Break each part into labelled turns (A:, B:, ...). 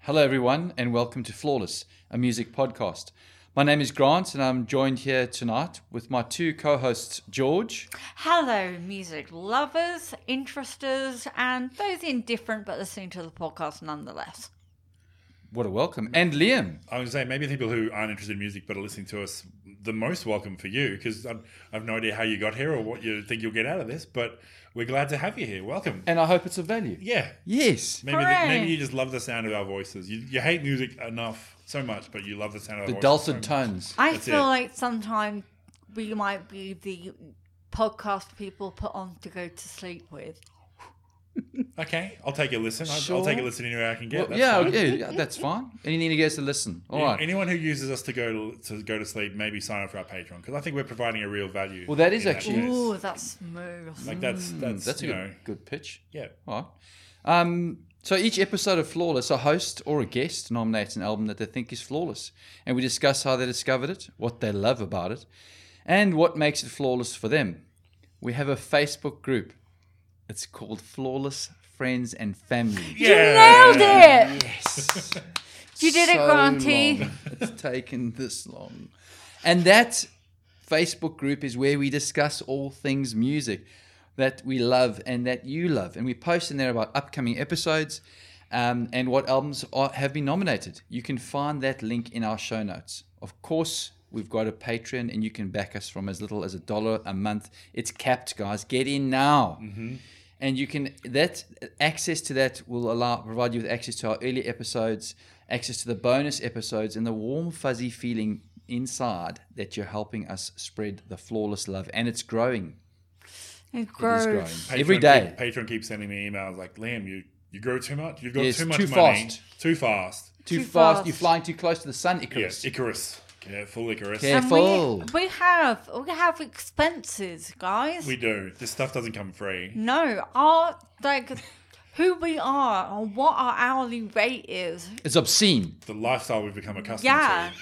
A: Hello, everyone, and welcome to Flawless, a music podcast. My name is Grant, and I'm joined here tonight with my two co hosts, George
B: Hello, music lovers, interesters, and those indifferent but listening to the podcast nonetheless.
A: What a welcome. And Liam.
C: I was saying maybe the people who aren't interested in music but are listening to us, the most welcome for you because I have no idea how you got here or what you think you'll get out of this, but we're glad to have you here. Welcome.
A: And I hope it's of value.
C: Yeah.
A: Yes.
C: Maybe,
B: Hooray.
C: the, maybe you just love the sound of our voices. You, you hate music enough so much, but you love the sound of
A: The
C: our voices.
A: dulcet
C: so much.
A: tones.
B: I
C: That's
B: feel
C: it.
B: like sometimes we might be the podcast people put on to go to sleep with.
C: Okay, I'll take a listen. I'll- I'll,
A: Sure.
C: take a listen anywhere I can
A: Well,
C: get. That's
A: yeah,
C: fine.
A: yeah, yeah, that's fine. Anything you guys to listen. All
C: Any-
A: right.
C: Anyone who uses us to go to, to go to sleep, maybe sign up for our Patreon because I think we're providing a real value.
A: Well, that is
C: in
A: actually-
C: sense.
B: Ooh, that's smooth.
C: like that's that's,
A: Mm, that's a
C: you know
A: good, good pitch.
C: yeah.
A: All right. Um, so each episode of Flawless, a host or a guest nominates an album that they think is flawless, and we discuss how they discovered it, what they love about it, and what makes it flawless for them. We have a Facebook group. It's called Flawless Friends and Family.
C: Yeah.
B: Nailed it!
A: Yes.
B: You did it, Granty.
A: long. It's taken this long. And that Facebook group is where we discuss all things music that we love and that you love. And we post in there about upcoming episodes um, and what albums are, have been nominated. You can find that link in our show notes. Of course, we've got a Patreon and you can back us from as little as a dollar a month. It's capped, guys. Get in now and you can that access to that will allow provide you with access to our early episodes access to the bonus episodes and the warm fuzzy feeling inside that you're helping us spread the flawless love and it's growing it
B: It
A: is growing
B: grows.
A: every
C: Patreon
A: day
C: keep- Patreon keeps sending me emails like, Liam, you, you grow too much. You've got
A: Yes,
C: too much
A: too
C: money.
A: fast.
C: Too fast.
A: too,
B: Too
A: fast.
B: fast.
A: you're flying too close to the sun icarus
C: Yes, Icarus. Careful, Icarus.
A: Okay.
B: And we,
A: Careful.
B: we have we have expenses, guys.
C: We do. This stuff doesn't come free.
B: no, our like who we are or what our hourly rate is
A: it's obscene
C: The lifestyle we've become accustomed
B: Yeah.
C: to.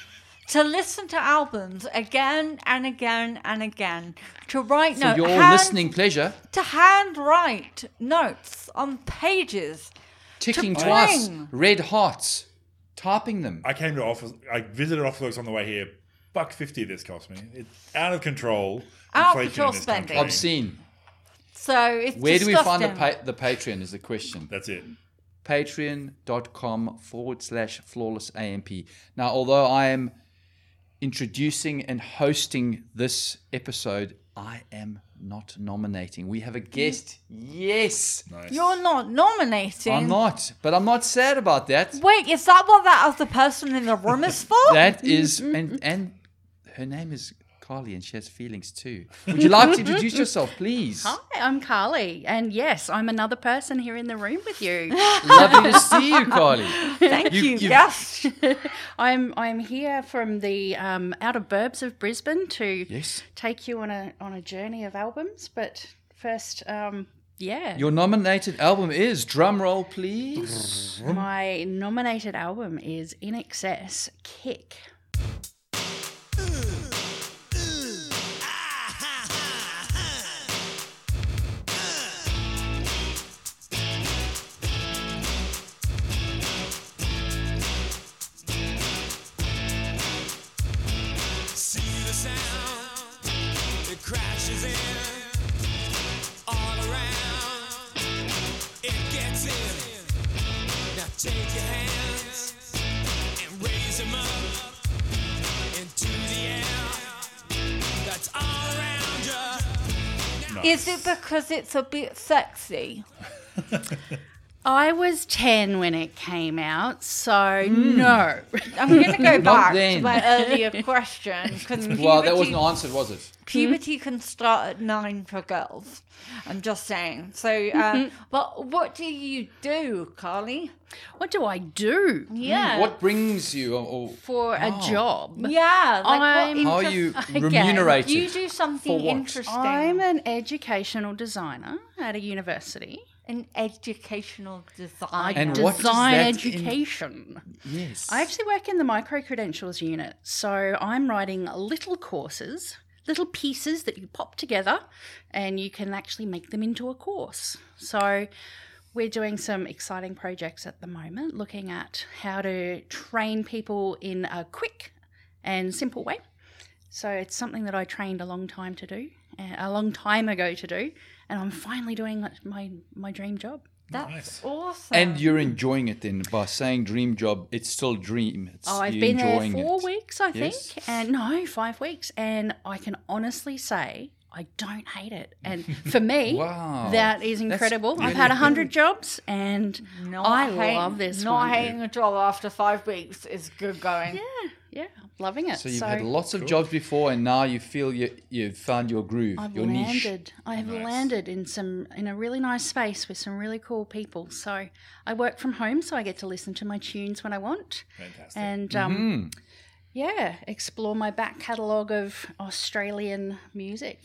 B: To listen to albums again and again and again. To write
A: for
B: notes.
A: your
B: hand,
A: listening pleasure
B: To handwrite notes on pages.
A: ticking
B: To
A: twice
B: bling.
A: red hearts typing them
C: I came to office. I visited Office on the way here. Buck fifty. This cost me. It's out of control.
B: Out of
C: inflation in
B: control
C: this
B: spending.
C: country.
A: obscene
B: So it's
A: where do we find the,
B: disgusting.
A: pa- the patreon is the question
C: That's it.
A: patreon.com forward slash flawless amp now although i am introducing and hosting this episode i am not nominating we have a guest yes
C: Nice.
B: You're not nominating.
A: i'm not but i'm not sad about that
B: Wait, is that what that other person in the room is for?
A: that is and and her name is carly and she has feelings too would you like to introduce yourself please
D: Hi, I'm Carly, and yes, I'm another person here in the room with you.
A: lovely to see you carly
B: Thank
A: You-
B: you.
A: you-
B: Yes.
D: I'm I'm here from the um, out of burbs of Brisbane to
A: yes
D: take you on a on a journey of albums. But first, um, yeah,
A: your nominated album is drum roll please
D: my nominated album is In Excess Kick.
E: See the sound, it crashes in all around. It gets in. Now take your hands and raise them up into the air. That's all around you.
B: Is it because it's a bit sexy?
D: I was ten when it came out, so no.
B: I'm going to go back to
A: then.
B: my earlier question because
A: well that wasn't answered was it
B: puberty can start at nine for girls. I'm just saying. So, uh, but what do you do, Carly?
D: What do I do
B: Yeah.
A: What brings you, or, or
D: for
A: Oh.
D: a job?
B: Yeah. Like
D: I'm-
B: what
A: how are you
D: Interest- Okay.
A: remunerated?
B: in- you do
A: For
B: something
A: what?
B: interesting.
D: I'm an educational designer at a university.
B: an educational
D: I
B: designer.
A: And what does
D: design
A: that in-
D: education.
A: yes,
D: I actually work in the micro credentials unit, so I'm writing little courses, little pieces that you pop together, and you can actually make them into a course. So We're doing some exciting projects at the moment looking at how to train people in a quick and simple way. So it's something that I trained a long time to do, uh, a long time ago to do, and I'm finally doing my my dream job.
B: That's
C: Nice.
B: awesome.
A: And you're enjoying it then by saying dream job, it's still dream. It's,
D: Oh, I've
A: you're
D: been there
A: enjoying
D: four
A: it.
D: weeks, I think,
A: Yes.
D: and no, five weeks, and I can honestly say I don't hate it. And for me,
A: Wow.
D: that is
A: That's
D: incredible. I've
A: really
D: had a
A: good.
D: hundred jobs, and
B: Not
D: I
B: hating-
D: love this
B: Not
D: one.
B: hating a job after five weeks is good going.
D: yeah, yeah, I'm loving it.
A: So you've had lots of jobs before, and now you feel you, you've found your groove,
D: I've
A: your niche.
D: landed. I have landed in some in a really nice space with some really cool people. So I work from home, so I get to listen to my tunes when I want,
C: Fantastic.
D: and um,
A: Mm-hmm.
D: yeah, explore my back catalogue of Australian music.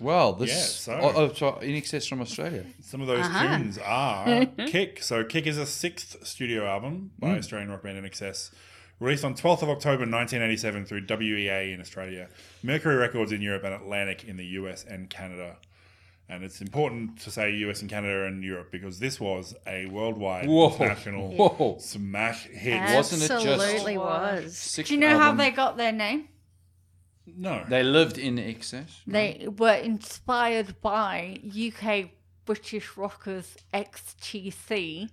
A: Well, this
C: Yeah, so-
A: oh, oh, so in excess from Australia.
C: Some of those
D: Uh-huh.
C: tunes are Kick. So Kick is a sixth studio album
D: Mm.
C: by Australian rock band NXS, released on 12th of October 1987 through WEA in Australia, Mercury Records in Europe, and Atlantic in the US and Canada. And it's important to say US and Canada and Europe because this was a worldwide
A: Whoa.
C: international
A: Whoa.
C: smash hit.
A: Wasn't it just-
D: Absolutely was.
A: Sixth
B: Do you know how
A: album.
B: they got their name?
C: No.
A: They lived in excess.
B: They were inspired by UK British rockers XTC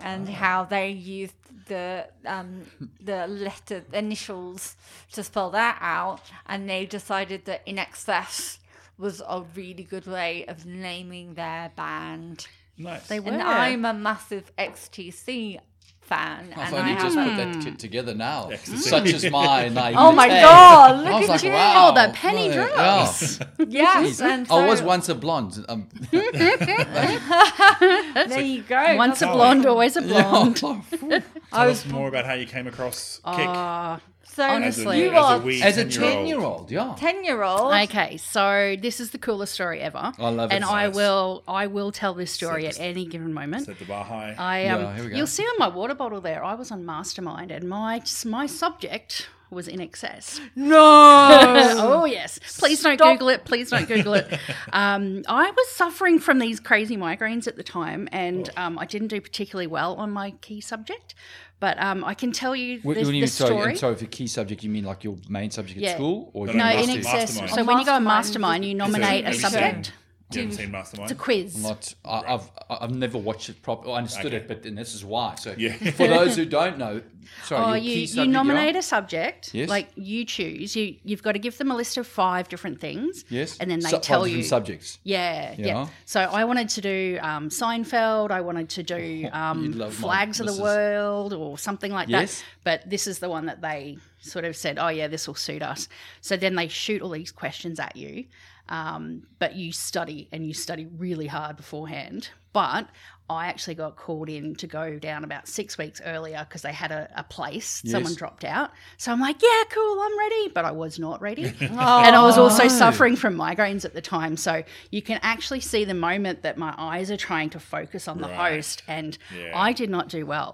B: and
A: Ah.
B: how they used the um, the letter initials to spell that out, and they decided that in excess was a really good way of naming their band.
C: nice.
D: They were.
B: And I'm a massive XTC fan,
A: I've
B: and
A: only
B: I
A: just
B: have.
A: put that kit together now.
C: Ecstasy.
A: Such as my naivete.
B: Oh my God, look
A: I was
B: at
A: like,
B: you.
A: wow.
D: Oh, the penny
A: bloody
D: drops.
A: hell.
B: Yes, and
A: I Oh, was
B: so-
A: once a blonde. Um,
B: There you go.
D: Once a
A: Oh,
B: that's-
D: blonde, always a blonde.
C: Tell us more about how you came across Kick.
D: Uh,
B: So
D: Honestly.
B: you
D: As a
B: are
C: wee
A: as a
C: 10-year-old.
A: 10 year old, yeah.
B: 10 year old.
D: Okay, so this is the coolest story ever.
A: I love it.
D: And I
A: Nice.
D: will, I will tell this story at
C: Set the-
D: any given moment.
C: Set the bar high.
D: I um,
A: Yeah, here we go.
D: you'll see on my water bottle there. I was on Mastermind, and my my subject was in excess.
B: No.
D: oh yes, please don't
B: Stop.
D: Google it. Please don't Google it. um, I was suffering from these crazy migraines at the time, and um, I didn't do particularly well on my key subject. But um, I can tell you the,
A: When you
D: the
A: mean, sorry,
D: story.
A: and sorry, for key subject, you mean like your main subject at
D: Yeah.
A: school? or
C: No,
A: you
D: no,
A: mean
D: in
A: mastermind?
C: Mastermind.
D: excess. So when you go on
B: Mastermind.
D: Mastermind, you
C: So
D: nominate a
C: have you seen-
D: subject.
C: You haven't seen Mastermind?
D: It's a quiz.
A: Not, I, I've I've never watched it properly. I understood it, but and this is why. So
C: Yeah.
A: for those who don't know, sorry,
D: Oh,
A: your
D: you,
A: key
D: you
A: subject,
D: nominate
A: yeah?
D: a subject.
A: Yes.
D: Like you choose. You you've got to give them a list of five different things.
A: Yes,
D: And then they
A: Su- five
D: tell
A: different
D: you.
A: subjects.
D: Yeah, yeah,
A: Yeah.
D: So I wanted to do um, Seinfeld. I wanted to do um,
A: Oh, you'd love mine.
D: Flags of
A: This
D: the
A: is-
D: World or something like
A: Yes.
D: that. But this is the one that they sort of said, "Oh yeah, this will suit us." So then they shoot all these questions at you, um, but you study and you study really hard beforehand. But I actually got called in to go down about six weeks earlier because they had a, a place. Someone
A: Yes.
D: dropped out, so I'm like, "Yeah, cool, I'm ready," but I was not ready. And I was
A: Oh.
D: also suffering from migraines at the time. So you can actually see the moment that my eyes are trying to focus on the
C: Right.
D: host. And
C: Yeah.
D: I did not do well.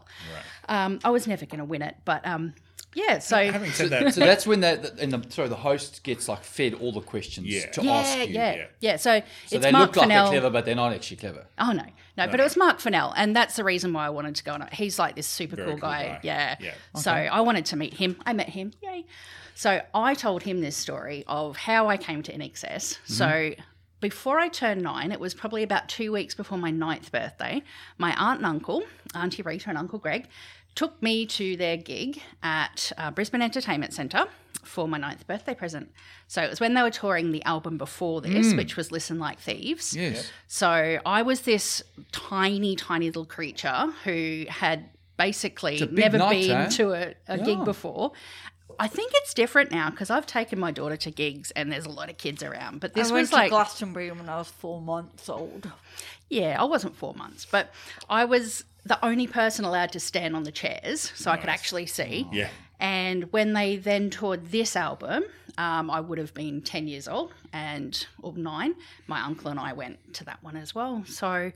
D: Um, I was never going to win it. But um, yeah, so.
C: Having said that,
A: So that's when that and the, sorry, the host gets like fed all the questions
C: Yeah.
A: to
D: yeah,
A: ask you.
D: yeah, yeah, So,
A: So
D: it's
A: they
D: Mark
A: look like
D: Fennell.
A: they're clever, but they're not actually clever.
D: Oh no, no, but it was Mark Fennell, and that's the reason why I wanted to go on it. He's like this super
C: Very
D: cool,
C: cool
D: guy.
C: guy.
D: Yeah.
C: Yeah.
D: So I wanted to meet him. I met him. Yay. So I told him this story of how I came to NXS. So before I turned nine, it was probably about two weeks before my ninth birthday. My aunt and uncle, Auntie Rita and Uncle Greg, took me to their gig at uh, Brisbane Entertainment Centre for my ninth birthday present. So it was when they were touring the album before this, which was Listen Like Thieves.
A: Yes.
D: So I was this tiny, tiny little creature who had basically
A: big
D: never
A: night,
D: been
A: eh?
D: to a, a
A: Yeah.
D: gig before. I think it's different now because I've taken my daughter to gigs and there's a lot of kids around. But this
B: I went
D: was like,
B: to Glastonbury when I was four months old.
D: yeah, I wasn't four months, but I was the only person allowed to stand on the chairs so I could actually
A: Mm.
D: see.
C: yeah.
D: And when they then toured this album, um, I would have been 10 years old and or nine. My uncle and I went to that one as well. So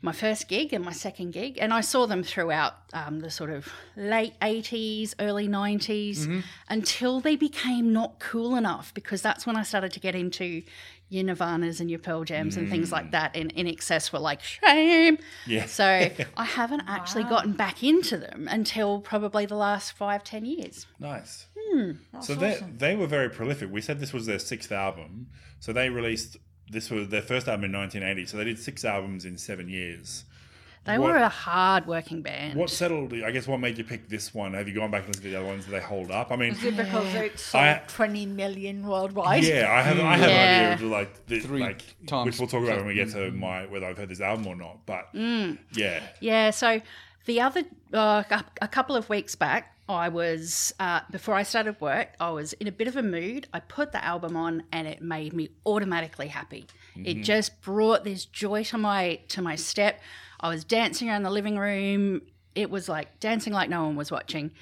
D: my first gig and my second gig, and I saw them throughout um, the sort of late 80s, early 90s
C: Mm-hmm.
D: until they became not cool enough because that's when I started to get into your Nirvanas and your Pearl Jams and things like that. And in excess were like, shame.
C: Mm. Yeah.
D: So I haven't actually gotten back into them until probably the last five, ten years.
C: Nice.
B: Hmm,
C: So they they were very prolific. We said this was their sixth album. So they released this was their first album in 1980. So they did six albums in seven years.
D: They
C: What-
D: were a hard working band.
C: What settled? I guess what made you pick this one? Have you gone back and listened to the other ones? Do they hold up? I mean,
B: Is it because it sold
C: I-
B: 20 million worldwide?
C: yeah, I have I have an idea
D: Yeah.
C: of the, like the,
A: Three
C: like
A: times.
C: which we'll talk about when we get to my whether I've heard this album or not. But
B: Hmm.
C: yeah,
D: Yeah, so the other uh, cou- a couple of weeks back, I was uh, before I started work, I was in a bit of a mood. I put the album on, and it made me automatically happy. It just brought this joy to my to my step. I was dancing around the living room. It was like dancing like no one was watching.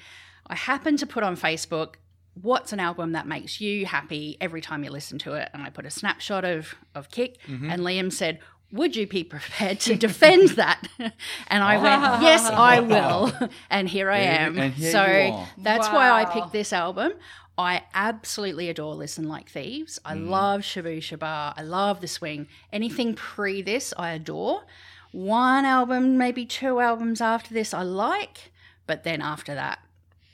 D: I happened to put on Facebook what's an album that makes you happy every time you listen to it and i put a snapshot of of kick
A: Mm-hmm.
D: and liam said would you be prepared to defend that and i went yes i will and here i
A: Here-
D: am
A: and here
D: so
A: you are.
D: that's why i
B: Wow.
D: picked this album i absolutely adore listen like thieves i love shabu shabar i love the swing anything pre this i adore one album maybe two albums after this i like but then after that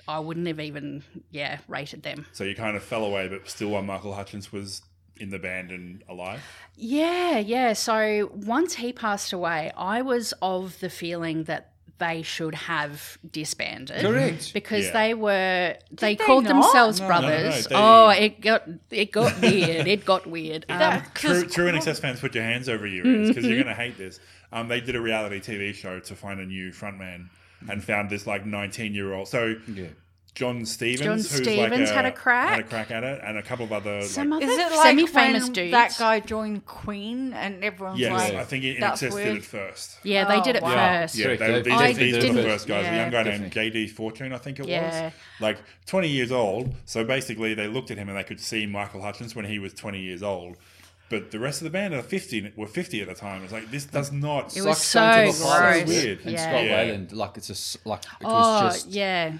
D: I wouldn't have even, yeah, rated them.
C: so you kind of fell away, but still, while Michael Hutchins was in the band and alive,
D: Yeah, yeah. So once he passed away, I was of the feeling that they should have disbanded.
A: Correct.
D: Because
C: Yeah.
D: they were
B: they
D: they, called
B: not?
D: themselves
A: No, no, no,
D: brothers.
C: they-
D: Oh, it got it got weird. It got weird. Um,
B: That- 'cause
C: True, true in excess fans, put your hands over your ears
D: Mm-hmm.
C: because you're going to hate this. Um, they did a reality TV show to find a new frontman and found this like 19 year old. So
A: Yeah.
C: John Stevens,
D: John
C: who's like
D: Stevens had a crack.
C: had a crack at it, and a couple of other
D: some
C: like,
D: other
B: Is it like
D: semi-famous
B: when
D: dudes.
B: that guy joined Queen and everyone's
C: yes,
B: like,
C: I think in
B: that's
C: excess did
B: weird.
C: it first.
D: Yeah, they did
B: Oh,
D: it
B: wow.
D: first.
C: Yeah,
A: Correct,
C: they,
A: they-
C: these,
A: I
C: these were the
D: didn't-
C: first guys. A
D: yeah.
C: young guy named JD Fortune, I think it
D: Yeah.
C: was. Like 20 years old. So basically, they looked at him and they could see Michael Hutchins when he was 20 years old. But the rest of the band are 50 were 50 at the time. It's like this does not.
D: It was
A: Sucks
D: so
A: onto the heart.
D: gross.
A: It's weird. And
D: Yeah.
A: Scott
C: Yeah.
A: Weiland, like it's just like it was
D: Oh,
A: just.
D: yeah.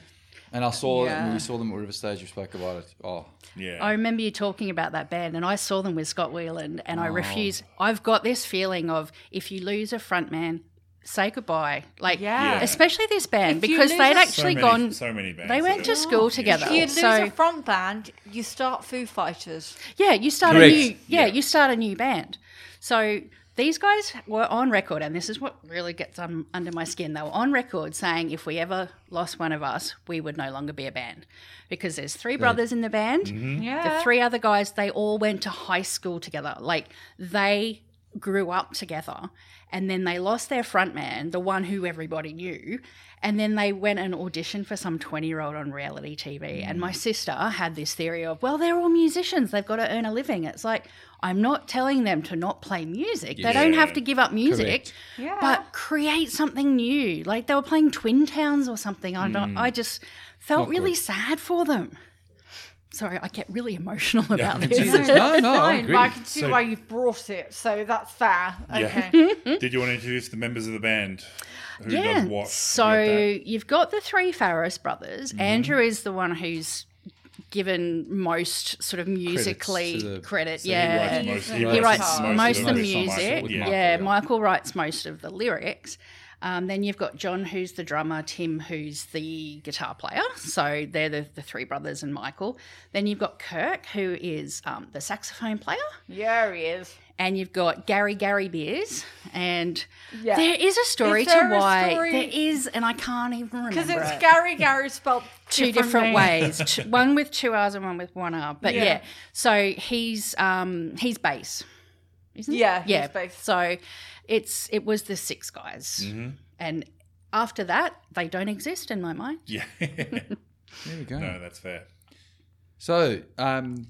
A: And I saw it when
B: Yeah.
A: we saw them at River Stage. We spoke about it. Oh,
C: yeah.
D: I remember you talking about that band, and I saw them with Scott Whelan, and I
C: Oh.
D: refuse. I've got this feeling of if you lose a frontman, say goodbye. Like,
B: Yeah.
C: Yeah.
D: especially this band
B: If you
D: because
B: lose
D: they'd
B: a-
D: actually
C: so many,
D: gone.
C: So many bands.
D: they went
C: that
D: to
C: are-
D: school together.
B: if you lose
D: so
B: a front band, you start Foo Fighters.
D: yeah, you start
A: Correct.
D: a new.
C: Yeah.
D: Yeah, you start a new band. So these guys were on record, and this is what really gets um, under my skin. They were on record saying if we ever lost one of us, we would no longer be a band because there's three brothers in the band.
C: Mm-hmm.
B: Yeah.
D: The three other guys, they all went to high school together. Like they grew up together. And then they lost their front man, the one who everybody knew. And then they went and auditioned for some 20 year old on reality TV. And my sister had this theory of, well, they're all musicians. They've got to earn a living. It's like, I'm not telling them to not play music. They don't have to give up music,
A: Correct.
B: Yeah.
D: but create something new. Like they were playing Twin Towns or something. I, don't, I just felt
A: Hmm. Not
D: really
A: good.
D: sad for them. Sorry, I get really emotional about
A: Jesus.
D: this.
A: no, no, I
B: Fine,
A: agree.
B: but I can see
C: So-
B: why you brought it, so that's fair.
C: Yeah.
B: Okay.
C: Did you want to introduce the members of the band? Who
D: yeah.
C: does what?
D: So
C: Yeah,
D: you've got the three Farris brothers.
A: Mm-hmm.
D: Andrew is the one who's given most sort of musically
A: to the-
D: credit.
C: that-
D: yeah.
C: He writes most,
B: He
D: he
B: writes
D: writes
B: most of
D: most
A: the
D: of
A: lyrics
D: the
A: on
D: music.
A: Michael,
D: Yeah.
A: yeah. Yeah.
D: Michael writes most of the lyrics. Um, then you've got John, who's the drummer, Tim, who's the guitar player. So they're the, the three brothers and Michael. Then you've got Kirk, who is um, the saxophone player.
B: Yeah, he is.
D: and you've got Gary Gary Beers, and
B: Yeah.
D: there is a story
B: Is there
D: to
B: a
D: why
B: story?
D: there is, and I can't even remember
B: Because it's
D: it.
B: Gary Gary spelled
D: two different ways, Two- one with two R's and one with one R. But yeah,
B: Yeah.
D: so he's um he's bass, isn't he?
B: Yeah, he's
D: yeah.
B: bass.
D: So it's it was the six guys, and after that they don't exist in my mind.
C: Yeah.
A: there we go.
C: no, that's fair.
A: So, um,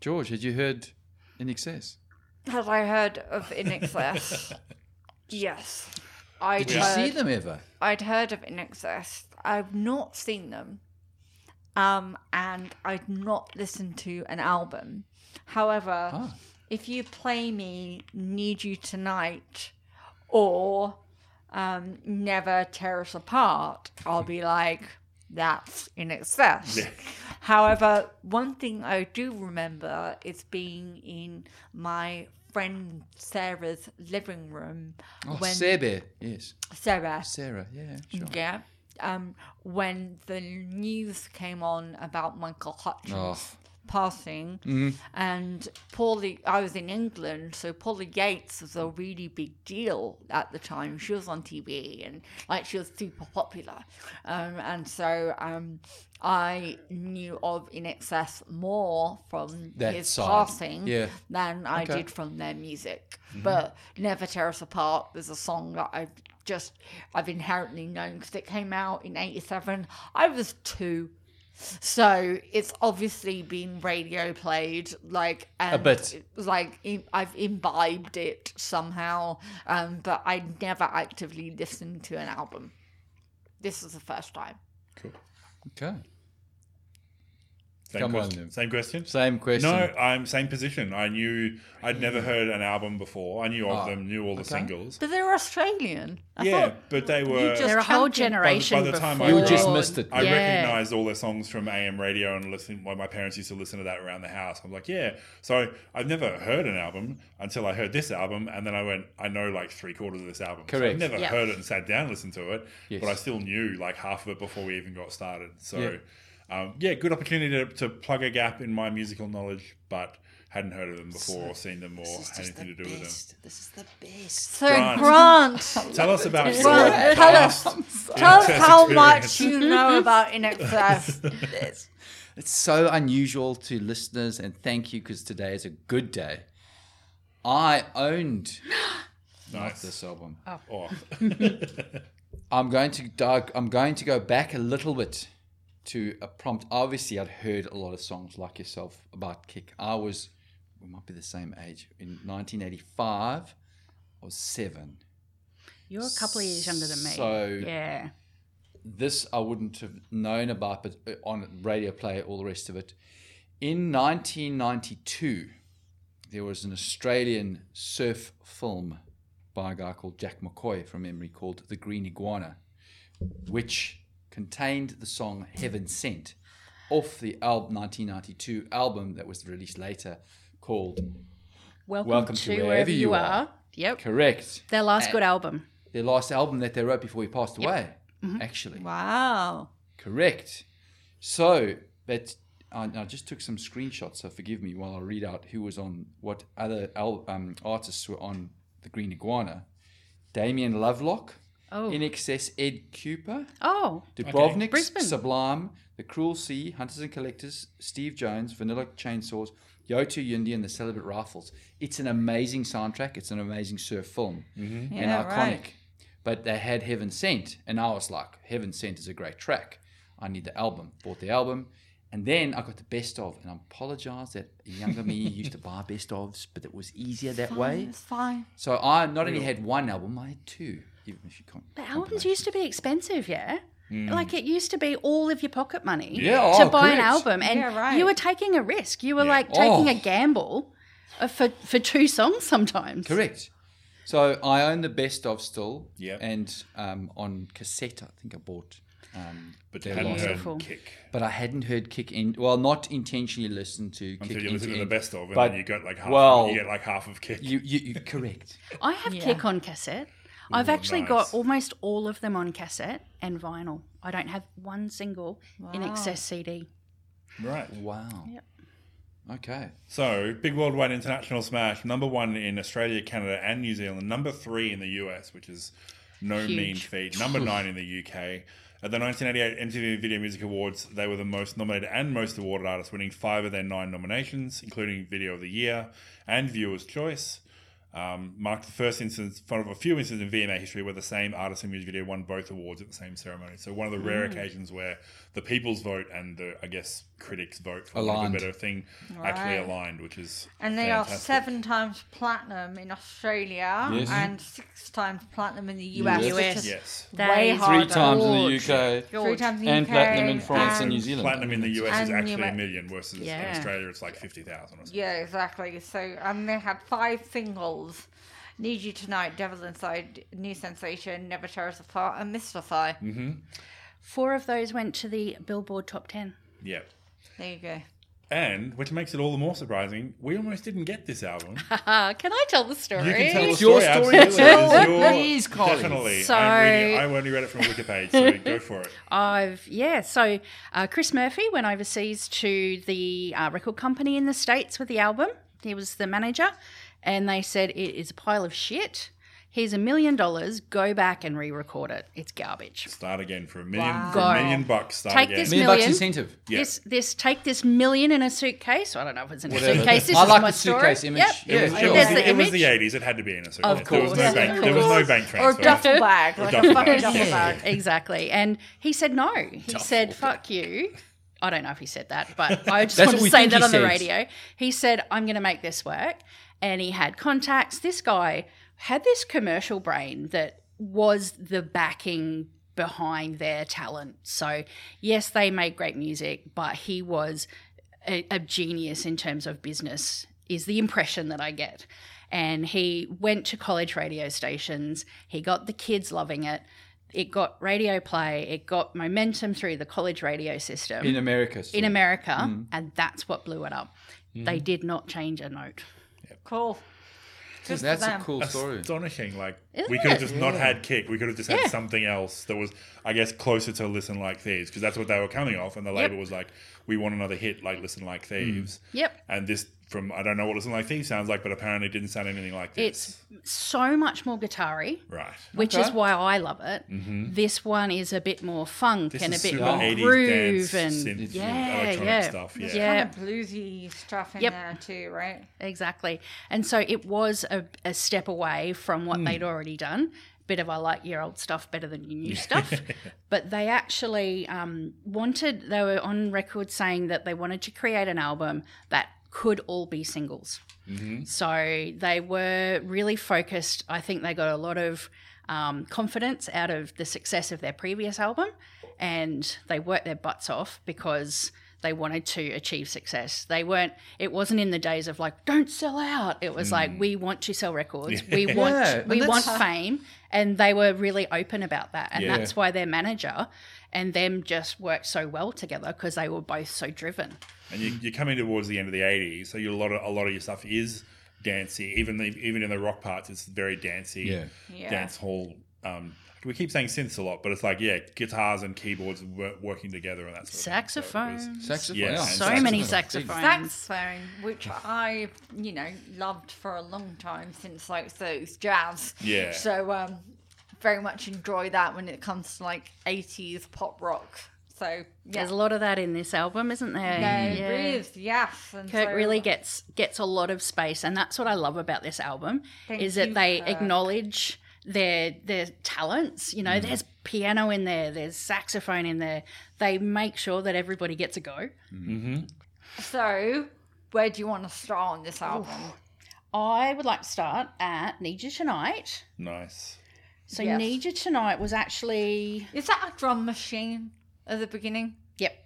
A: George, had you heard In Excess?
B: Had I heard of In Excess? yes. I'd
A: Did you
B: heard,
A: see them ever?
B: I'd heard of In Excess. I've not seen them. Um, and I'd not listened to an album. However,
A: Ah.
B: if you play me Need You Tonight or um, never tear us apart, I'll be like, that's in excess. However, one thing I do remember is being in my friend Sarah's living room
A: Oh, Sarah. Yes.
B: Sarah.
A: Sarah. Yeah, sure.
B: Yeah. Um, when the news came on about Michael Hutchins
A: Oh.
B: passing, and Paulie, I was in England, so Paulie Yates was a really big deal at the time. She was on TV and like she was super popular, um, and so um, I knew of In Excess more from
A: That
B: his
A: side.
B: passing
A: Yeah.
B: than I
A: Okay. Mm-hmm.
B: did from their music. But Never Tear Us Apart was a song that I just I've inherently known because it came out in '87. I was two, so it's obviously been radio played like and
A: bit.
B: it was Like im- I've imbibed it somehow, um, but I never actively listened to an album. This was the first time.
C: Cool.
A: Okay.
C: Same
A: Come on,
C: question.
A: then.
C: Same question.
A: Same question.
C: No, I'm same position. I knew I'd never heard an album before. I knew of
A: Ah,
C: them, knew all the singles.
B: But they're Australian. I
C: yeah,
B: thought
C: but they were.
B: just-
D: They're a whole
B: Champion.
D: generation
C: By the- by the time I
D: before.
A: you
C: Oh,
A: just
C: God.
A: missed it.
C: I
D: Yeah.
C: recognized all their songs from AM radio and listening. Well, my parents used to listen to that around the house. I'm like, yeah. So I've never heard an album until I heard this album, and then I went, I know like three quarters of this album. So
A: Correct.
C: I've never
D: Yeah.
C: heard it and sat down and listened to it,
A: Yes.
C: but I still knew like half of it before we even got started. So
A: Yeah.
C: yeah, um, yeah good opportunity to, to plug a gap in my musical knowledge, but hadn't heard of them before or seen them or had anything to do with them.
F: This is the best.
B: so.
C: Grant.
B: Grant.
C: Tell us about your
B: Grant, tell us.
C: past
B: Tell us
C: Excess
B: how much
C: experience.
B: you know about in excess.
A: It's so unusual to listeners, and thank you because today is a good day. I owned
C: Nice.
A: this album.
C: Oh,
A: I'm going to dig, I'm going to go back a little bit to a prompt. Obviously, I'd heard a lot of songs like yourself about Kick. I was we might be the same age in 1985. I was seven.
D: You're a couple of years younger than me.
A: So-
D: yeah.
A: this I wouldn't have known about, but uh, on radio play, all the rest of it. In 1992, there was an Australian surf film by a guy called Jack McCoy from memory called The Green Iguana, which contained the song Heaven Sent off the al- 1992 album that was released later called
D: Welcome,
A: Welcome
D: to, wherever, you are. Yep.
A: Correct,
D: Their last good album.
A: their last album that they wrote before he passed away, actually.
B: Wow.
A: Correct. So that I, I just took some screenshots, so forgive me while I read out who was on what other al- um, artists were on the Green Iguana. Damien Lovelock,
D: Oh.
A: In Excess, Ed Cooper,
D: Oh,
A: Dubrovnik,
D: Brisbane.
A: Sublime, The Cruel Sea, Hunters and Collectors, Steve Jones, Vanilla Chainsaws, Yotu Yundi, and the Celibate Rifles. It's an amazing soundtrack. It's an amazing surf film and
B: Yeah,
A: iconic.
B: right.
A: But they had Heaven Sent, and I was like, Heaven Sent is a great track. I need the album. Bought the album. And then I got the best of, and I apologize that younger me used to buy best ofs, but it was easier that way.
B: It's fine.
A: So I not only had one album, I had two. Even if you can't.
D: But albums used to be expensive, yeah. Like it used to be all of your pocket money
A: Yeah,
D: to
A: oh,
D: buy an
A: correct.
D: album, and
B: Yeah, right.
D: you were taking a risk. You were
C: Yeah.
D: like taking
A: Oh.
D: a gamble uh, for for two songs sometimes.
A: Correct. So I own the best of still.
C: Yep.
A: And um, on cassette, I think I bought. Um,
C: but
A: their
C: hadn't
A: last
C: heard
D: Beautiful.
C: kick.
A: But I hadn't heard Kick In. Well, not intentionally listened to Kick
C: Until you
A: In
C: listen to the
A: End,
C: best of, and
A: but
C: then you got like half.
A: well,
C: you get like half of kick.
A: you, you, you correct.
D: I have
B: Yeah.
D: Kick on cassette. I've actually
C: nice.
D: got almost all of them on cassette and vinyl. I don't have one single in
B: Wow.
D: excess CD.
C: right.
A: Wow.
D: Yep.
A: Okay.
C: So big worldwide international smash. Number one in Australia, Canada, and New Zealand. Number three in the US, which is no
D: Huge.
C: mean feat. Number nine in the UK. At the 1988 MTV Video Music Awards, they were the most nominated and most awarded artists, winning five of their nine nominations, including Video of the Year and Viewer's Choice. Um, marked the first instance, one of a few instances in VMA history where the same artist and music video won both awards at the same ceremony. So one of the rare occasions where the people's vote and the, I guess, critics' vote for
A: Aligned.
C: a better thing actually
B: Right.
C: aligned, which is
B: And they are
C: fantastic.
B: seven times platinum in Australia
A: Yes.
B: and six times platinum in the US.
A: Yes.
B: which is
C: Yes,
D: That
B: Way
D: is
B: harder. Three times
D: gorge.
A: UK
B: Three times in the UK, and-
A: Zealand.
C: platinum in the US is
B: And
C: actually
B: you-
C: a million, versus
D: Yeah.
C: in Australia it's like fifty thousand or something.
B: Yeah, exactly. So, and they had five singles Need You Tonight, Devil Inside, New Sensation, Never Tear Us Apart, and Mystify.
C: Mm.
D: Four of those went to the Billboard Top 10.
C: Yeah.
B: There you go.
C: And, which makes it all the more surprising, we almost didn't get this album.
D: Ah, can I tell the story?
C: You can tell the
A: It's your
C: story.
A: story
C: absolutely.
A: to tell.
C: It's your-
A: Please, Colin.
C: Definitely.
D: So-
C: I'm reading it. I only read it from a Wiki page, so go for it.
D: I've yeah. So uh, Chris Murphy went overseas to the uh, record company in the states with the album. He was the manager, and they said it is a pile of shit. Here's a million dollars. Go back and re-record it. It's garbage.
C: Start again for a million,
B: Wow.
C: for a
D: Go.
C: million bucks. Start
D: Take
C: again.
D: this
A: Million bucks
D: Million.
A: incentive.
C: Yeah.
D: This this take this million in a suitcase. I don't know if it's in a
A: Whatever.
D: suitcase. This
A: I
D: is
A: like
D: my
A: the suitcase
D: story.
A: image.
D: Yep.
A: Yeah,
C: It
A: sure.
C: was, it, was
D: There's
C: the,
D: the
C: it was
D: image.
C: the 80s. It had to be in a circle.
D: Of
C: There was
D: course.
C: no
D: Yeah,
C: bank,
D: of
C: there was no
B: course.
C: bank
B: Or
C: transfer.
B: a duffel bag, like a
C: duffel
B: fucking
C: bag,
B: duffel
C: yeah.
B: bag.
D: Exactly. And he said no. He said, fuck you. I don't know if he said that, but I
A: That's
D: just want
A: what
D: to
A: we
D: say
A: think
D: that
A: he
D: on the
A: said.
D: radio. He said, I'm going to make this work. And he had contacts. This guy had this commercial brain that was the backing behind their talent. So, yes, they made great music, but he was a, a genius in terms of business is the impression that I get. And he went to college radio stations. He got the kids loving it. It got radio play. It got momentum through the college radio system
A: In
D: in,
A: America. sort of.
D: America,
C: Mm.
D: and that's what blew it up. They did not change a note.
B: Cool. Just
A: That's
B: for
A: a
B: them.
A: cool story.
C: Astonishing. Like,
D: Isn't
C: we could have
D: it?
C: just not had Kick. We could have just had
D: Yeah.
C: something else that was, I guess, closer to Listen Like Thieves because that's what they were coming off. And the label was like, we want another hit like Listen Like Thieves.
D: Mm. Yep.
C: And this, from, I don't know what Listen Like Thieves sounds like, but apparently it didn't sound anything like this.
D: It's so much more guitar-y,
C: right.
D: which
A: Okay.
D: is why I love it. This one is a bit more funk
C: Mm-hmm. This
D: and a
C: is
D: bit
C: super
D: more
C: 80s
D: groove
C: dance,
D: and
C: synth,
D: yeah,
C: electronic
D: yeah.
C: stuff. Yeah.
B: There's kind of bluesy stuff in
D: Yep.
B: there too, right?
D: Exactly. And so it was a, a step away from what they'd already done. Bit of I like your old stuff better than your new stuff. But they actually um, wanted, they were on record saying that they wanted to create an album that could all be singles. So they were really focused. I think they got a lot of um, confidence out of the success of their previous album, and they worked their butts off because they wanted to achieve success. They weren't. It wasn't in the days of like, don't sell out. It was like, we want to sell records. We want.
A: Mm. Yeah, and
D: we want
A: that's-
D: fame, and they were really open about that, and
C: Yeah.
D: that's why their manager and them just worked so well together because they were both so driven.
C: and you, you're coming towards the end of the 80s so you, a lot of a lot of your stuff is dancey even the, even in the rock parts it's very dancey
A: Yeah.
B: Yeah.
C: dance hall um we keep saying synths a lot but it's like yeah guitars and keyboards wor- working together and that sort of thing. So it was-
D: Saxophone.
A: Saxophone.
C: Yeah,
A: yeah.
C: and
D: So many
A: Saxophone.
D: saxophones.
B: saxophone, which I, you know, loved for a long time since like those jazz.
C: Yeah.
B: So um, very much enjoy that when it comes to like eighties pop rock. So yeah,
D: There's a lot of that in this album, isn't there?
B: there
D: Yeah.
B: is yes. And
D: Kurt
B: so-
D: really gets gets a lot of space, and that's what I love about this album
B: Thank
D: is that
B: you,
D: they
B: Kurt.
D: acknowledge their their talents. You know, there's piano in there, there's saxophone in there. They make sure that everybody gets a go.
B: So where do you want to start on this album?
D: I would like to start at Need You Tonight.
C: nice
D: So
B: Yes.
D: Need You Tonight was actually
B: Is that a drum machine at the beginning?
D: yep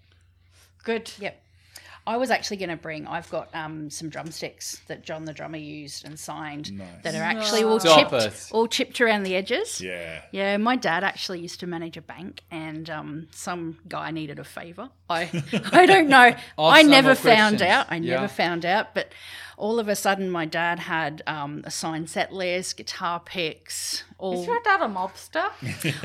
B: Good.
D: Yep. I was actually going to bring. I've got um, some drumsticks that John the drummer used and signed that are actually all
A: Stop
D: chipped,
A: it.
D: all chipped around the edges.
C: yeah
D: Yeah, my dad actually used to manage a bank, and um, some guy needed a favour. I I don't know. I
A: some more
D: never found
A: questions.
D: out. I
A: Yeah.
D: never found out. But all of a sudden, my dad had um, a signed set list, guitar picks, all
B: Is your dad a mobster?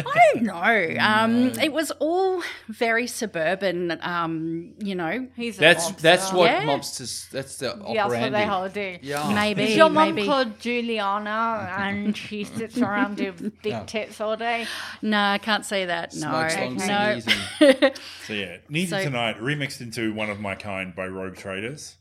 D: I don't know. Um, It was all very suburban, um, you know,
B: He's a
A: That's
B: mobster.
A: that's what
D: Yeah.
A: mobsters. That's the
B: yeah, that's what
A: operandi.
B: they all do.
A: yeah.
D: maybe.
B: Is your mum
D: maybe.
B: called Juliana and she sits around with big tits all day?
D: No, I can't say that. No,
A: Smokes long
D: no.
A: ciggies and-
C: so yeah need You
D: So-
C: tonight remixed into one of my kind by rogue traders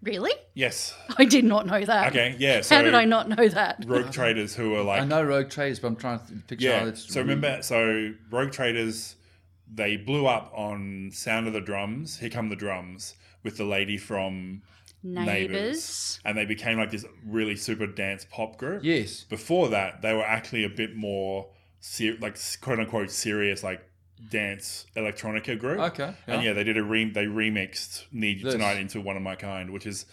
D: Really?
C: yes
D: I did not know that.
C: okay yeah so
D: How did I not know that?
C: rogue traders who are like
A: I know rogue traders, but I'm trying to picture. how
C: Yeah.
A: Oh, it's
C: So remember, so Rogue Traders, they blew up on Sound of the Drums. Here come the drums with the lady from Neighbours,
D: Neighbours.
C: and they became like this really super dance pop group.
A: Yes.
C: Before that, they were actually a bit more ser- like quote unquote serious like dance electronica group.
A: Okay,
C: And
A: yeah.
C: yeah, they did a re- they remixed Need You
A: This.
C: Tonight into One of My Kind, which is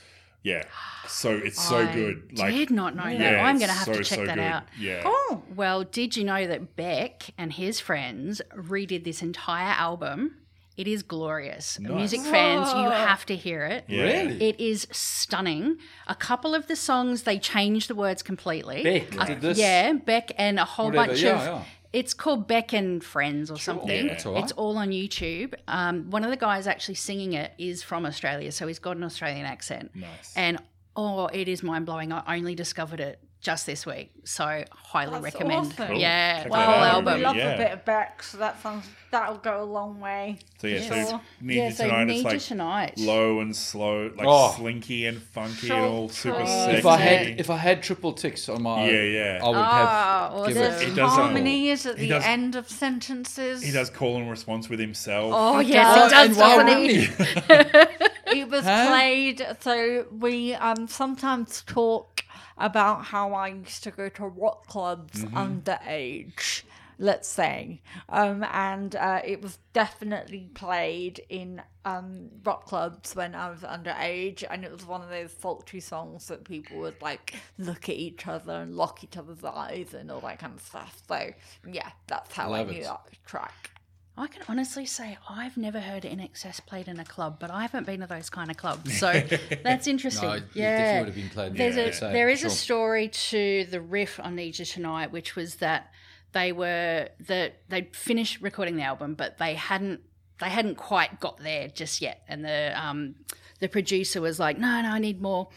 C: Yeah. So it's so
D: I
C: good.
D: did not know that. I'm
C: it's
D: going to have
C: so,
D: to check
C: so
D: that
C: good.
D: out.
C: Yeah.
D: Oh, well, did you know that Beck and his friends redid this entire album? It is glorious.
A: Nice.
D: Music fans, you
B: Whoa.
D: have to hear it.
C: Yeah.
A: Really?
D: It is stunning. A couple of the songs, they changed the words completely.
A: Beck did this?
D: Yeah, Beck and a whole
A: Whatever,
D: bunch
A: yeah,
D: of.
A: yeah.
D: It's called Beck and Friends or something.
C: Yeah.
A: That's all right.
D: It's all on YouTube. Um, one of the guys actually singing it is from Australia, so he's got an Australian accent.
C: Nice.
D: And oh, it is mind blowing. I only discovered it just this week, so highly
B: That's
D: recommend.
B: awesome. Cool.
D: Yeah,
C: Check
D: the
C: that
D: whole
C: out.
B: I
D: album.
B: love
C: Yeah.
B: a bit of Beck, so that sounds that'll go a long way.
C: so yeah, so
D: Sure.
C: Need
D: yeah,
C: You
D: so
C: Tonight,
D: Need
C: it's
D: You
C: like
D: Tonight.
C: low and slow, like
A: Oh.
C: slinky and funky
B: Sure.
C: and all super
B: If
C: sexy.
A: If I had if I had triple ticks on my
C: Yeah, yeah.
A: I would
D: Ah,
A: have give
D: awesome.
A: it.
B: There's
C: It does sound-
B: harmonies at
C: he
B: the
C: does-
B: end of sentences.
C: he does call and response with himself.
D: Oh
B: It
D: yes,
B: does.
D: it does.
A: and why
D: doesn't it?
A: wouldn't he?
B: It was
A: Huh?
B: played. So we um, sometimes talk about how I used to go to rock clubs
A: Mm-hmm.
B: underage, let's say, um, and uh, it was definitely played in um, rock clubs when I was underage, and it was one of those sultry songs that people would like look at each other and lock each other's eyes and all that kind of stuff. So yeah, that's how I
A: Love
B: knew
A: it.
B: that track.
D: I can honestly say I've never heard NXS played in a club, but I haven't been to those kind of clubs, so that's interesting.
A: No, it
D: yeah,
A: definitely would have been played.
D: There's
A: yeah,
D: a
A: so,
D: there is
A: sure.
D: a story to the riff on Need You Tonight, which was that they were that they finished recording the album, but they hadn't they hadn't quite got there just yet, and the um, the producer was like, "No, no, I need more."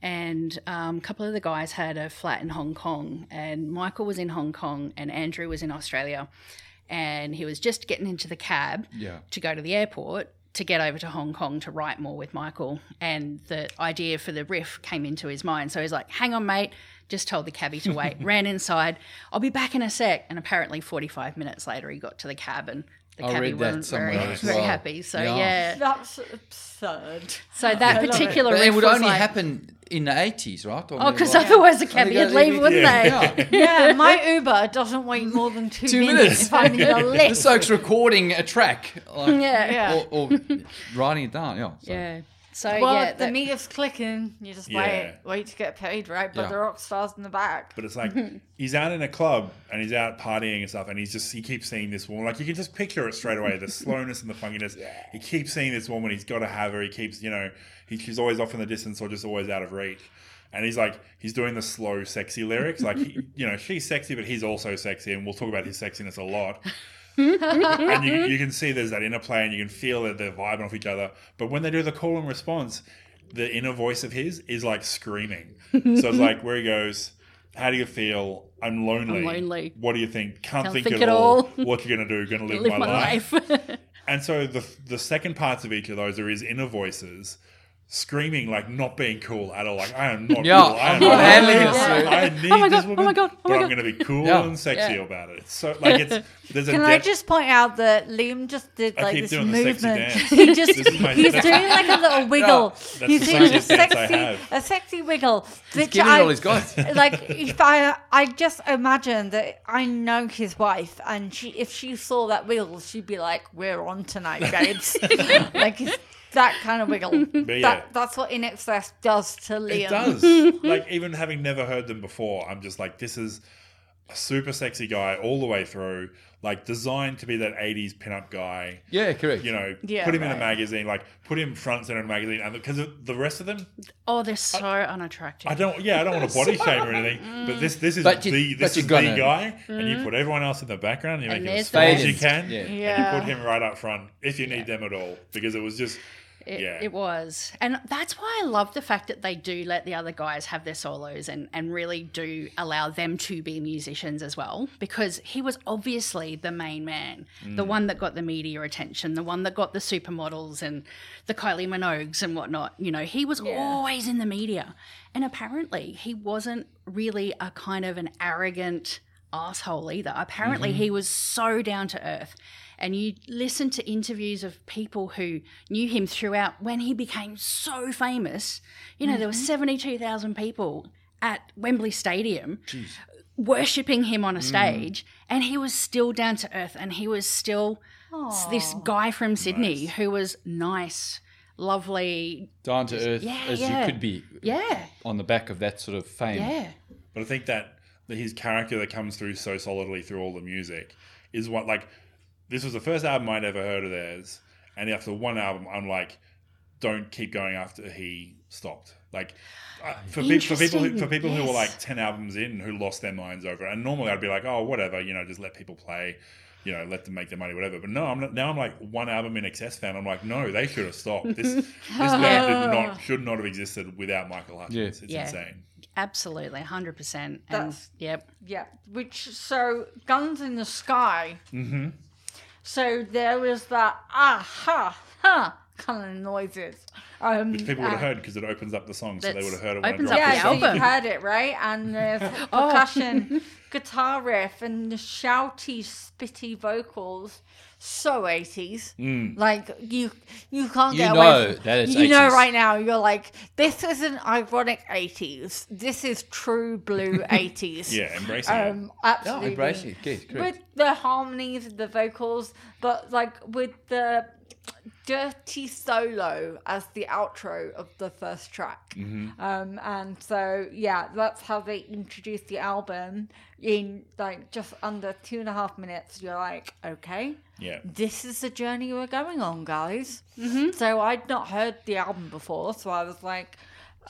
D: And um, a couple of the guys had a flat in Hong Kong, and Michael was in Hong Kong, and Andrew was in Australia, and he was just getting into the cab
A: Yeah.
D: to go to the airport to get over to Hong Kong to write more with Michael. And the idea for the riff came into his mind. So he's like, hang on, mate. Just told the cabbie to wait, ran inside. I'll be back in a sec. And apparently, 45 minutes later, he got to the cab and the
A: I
D: cabbie
A: read that
D: wasn't very,
A: somewhere as
D: very
A: well.
D: happy. So,
A: Yeah.
D: yeah.
B: That's absurd.
D: So that
B: it.
D: particular
A: But
D: riff
A: it would
D: was
A: only
D: like,
A: happen in the eighties, right? Or
D: Oh,
A: maybe
D: because
A: like-
D: otherwise the cabbie
A: Yeah.
D: would leave, wouldn't they?
A: Yeah.
B: Yeah, my Uber doesn't wait more than two,
A: Two
B: minutes,
A: minutes.
B: if I need a
A: The
B: lift.
A: soak's recording a track, like,
D: Yeah.
B: Yeah.
A: or, or writing it down. Yeah, so.
D: Yeah. So,
B: Well,
D: yeah.
B: if the
D: that-
B: meter's clicking, you just
C: Yeah.
B: wait, wait to get paid, right? But
A: Yeah.
B: the rock stars in the back.
C: But it's like he's out in a club and he's out partying and stuff, and he's just he keeps seeing this woman. Like you can just picture it straight away, the slowness and the funkiness. He keeps seeing this woman. He's got to have her. He keeps, you know, he, she's always off in the distance or just always out of reach. And he's like, he's doing the slow, sexy lyrics. Like, he, you know, she's sexy, but he's also sexy, and we'll talk about his sexiness a lot. and you,
D: Mm-hmm.
C: you can see there's that interplay, and you can feel that they're vibing off each other. But when they do the call and response, the inner voice of his is like screaming. so it's like where he goes, "How do you feel? I'm lonely.
D: I'm lonely.
C: What do you think? Can't,
D: Can't
C: think,
D: think
C: at
D: at
C: all.
D: all.
C: What you gonna do? Gonna live,
D: Live my life.
C: and so the the second parts of each of those are his inner voices screaming like not being cool at all. Like I am not
A: Yeah,
C: cool. I am
A: I'm not handling
C: cool.
A: this, mate.
C: I need
D: Oh my
C: this
D: God, oh
C: woman,
D: my God, oh
C: but
D: my
C: I'm
D: God.
C: going to be cool
A: Yeah.
C: and sexy
D: Yeah.
C: about it. It's so like it's there's a
B: Can I
C: depth-
B: just point out that Liam just did
C: I
B: like
C: keep
B: this
C: doing the
B: movement?
C: sexy dance.
B: He just
C: This is my-
B: he's doing
C: that's-
B: like a little wiggle.
C: the
B: he's doing a
C: sexiest dance I
B: sexy,
C: have.
B: a sexy wiggle.
A: he's
B: which
A: giving it
B: I-
A: all he's got.
B: like if I I just imagine that I know his wife and she if she saw that wiggle she'd be like we're on tonight babes like it's that kind of wiggle
C: yeah.
B: that, that's what in excess does to Liam
C: it does. like even having never heard them before, I'm just like this is a super sexy guy all the way through. Like designed to be that 80s pinup guy.
A: Yeah, correct.
C: You know,
B: Yeah,
C: put him in a
B: right.
C: magazine, like put him front and center in a magazine, and because the rest of them,
D: oh, they're so unattractive.
C: I don't. Yeah, I don't want to body shame or anything. But this, this is
A: But you-
C: the
A: but
C: this
A: you're
C: is the
A: gonna.
C: guy, and you put everyone else in the background. And you
D: Mm-hmm. And
C: make him as
D: there's the
C: small as
A: best.
C: you can,
A: Yeah.
C: and you
B: Yeah.
C: put him right up front if you need them at all, because it was just
D: It,
C: Yeah.
D: it was. And that's why I love the fact that they do let the other guys have their solos and, and really do allow them to be musicians as well, because he was obviously the main man, the
C: Mm.
D: one that got the media attention, the one that got the supermodels and the Kylie Minogues and whatnot. You know, he was always in the media. And apparently, he wasn't really a kind of an arrogant asshole either. Apparently,
B: Mm-hmm.
D: he was so down to earth. And you listen to interviews of people who knew him throughout when he became so famous. You know, there were
B: Mm-hmm.
D: 72,000 people at Wembley Stadium worshipping him on a
B: Mm-hmm.
D: stage, and he was still down to earth and he was still s- this guy from Sydney who was nice. lovely.
A: Down to earth
D: Yeah,
A: as
D: yeah.
A: you could be
D: Yeah,
A: on the back of that sort of fame.
D: yeah,
C: But I think that that his character that comes through so solidly through all the music is what like this was the first album I'd ever heard of theirs, and after one album, I'm like, don't keep going after he stopped. Like I- for, pe- for people who, for
D: Interesting,
C: people who were
D: yes.
C: like ten albums in who lost their minds over it, and normally I'd be like, oh whatever, you know, just let people play. You know, let them make their money, whatever. But no, I'm not, now I'm like one album in excess fan. I'm like, no, they should have stopped. This this band did not should not have existed without Michael Hutchins.
A: Yeah.
C: It's
D: Yeah.
C: insane.
D: absolutely, hundred percent. And
B: That's-
D: yep,
B: Yeah, which so Guns in the Sky. Mm-hmm. So there was that aha ha kind of noises. Um,
C: Which people would
B: uh,
C: have heard because it opens up the song, so they
D: Ah. that's-
C: would have heard it when
D: opens
C: it
D: up
C: dropped.
D: the
B: Yeah, so
D: album.
B: you heard it right, and the
A: Oh.
B: percussion, guitar riff, and the shouty, spitty vocals. So eighties, like you, you can't
A: Mm. You
B: get
A: know
B: away. From,
A: that it's
B: you know
A: 80s.
B: right now. You're like, this is an ironic eighties. This is true blue eighties.
C: Yeah, embracing
B: Um,
A: Oh,
B: absolutely.
A: embrace it. Yes, correct.
B: With the harmonies, the vocals, but like with the dirty solo as the outro of the first track. Um, and so, yeah, that's how they introduced the album in like just under two and a half minutes. You're like, okay,
C: it. Yeah.
B: this is the journey we're going on, guys.
D: Mm-hmm.
B: So I'd not heard the album before, so I was like,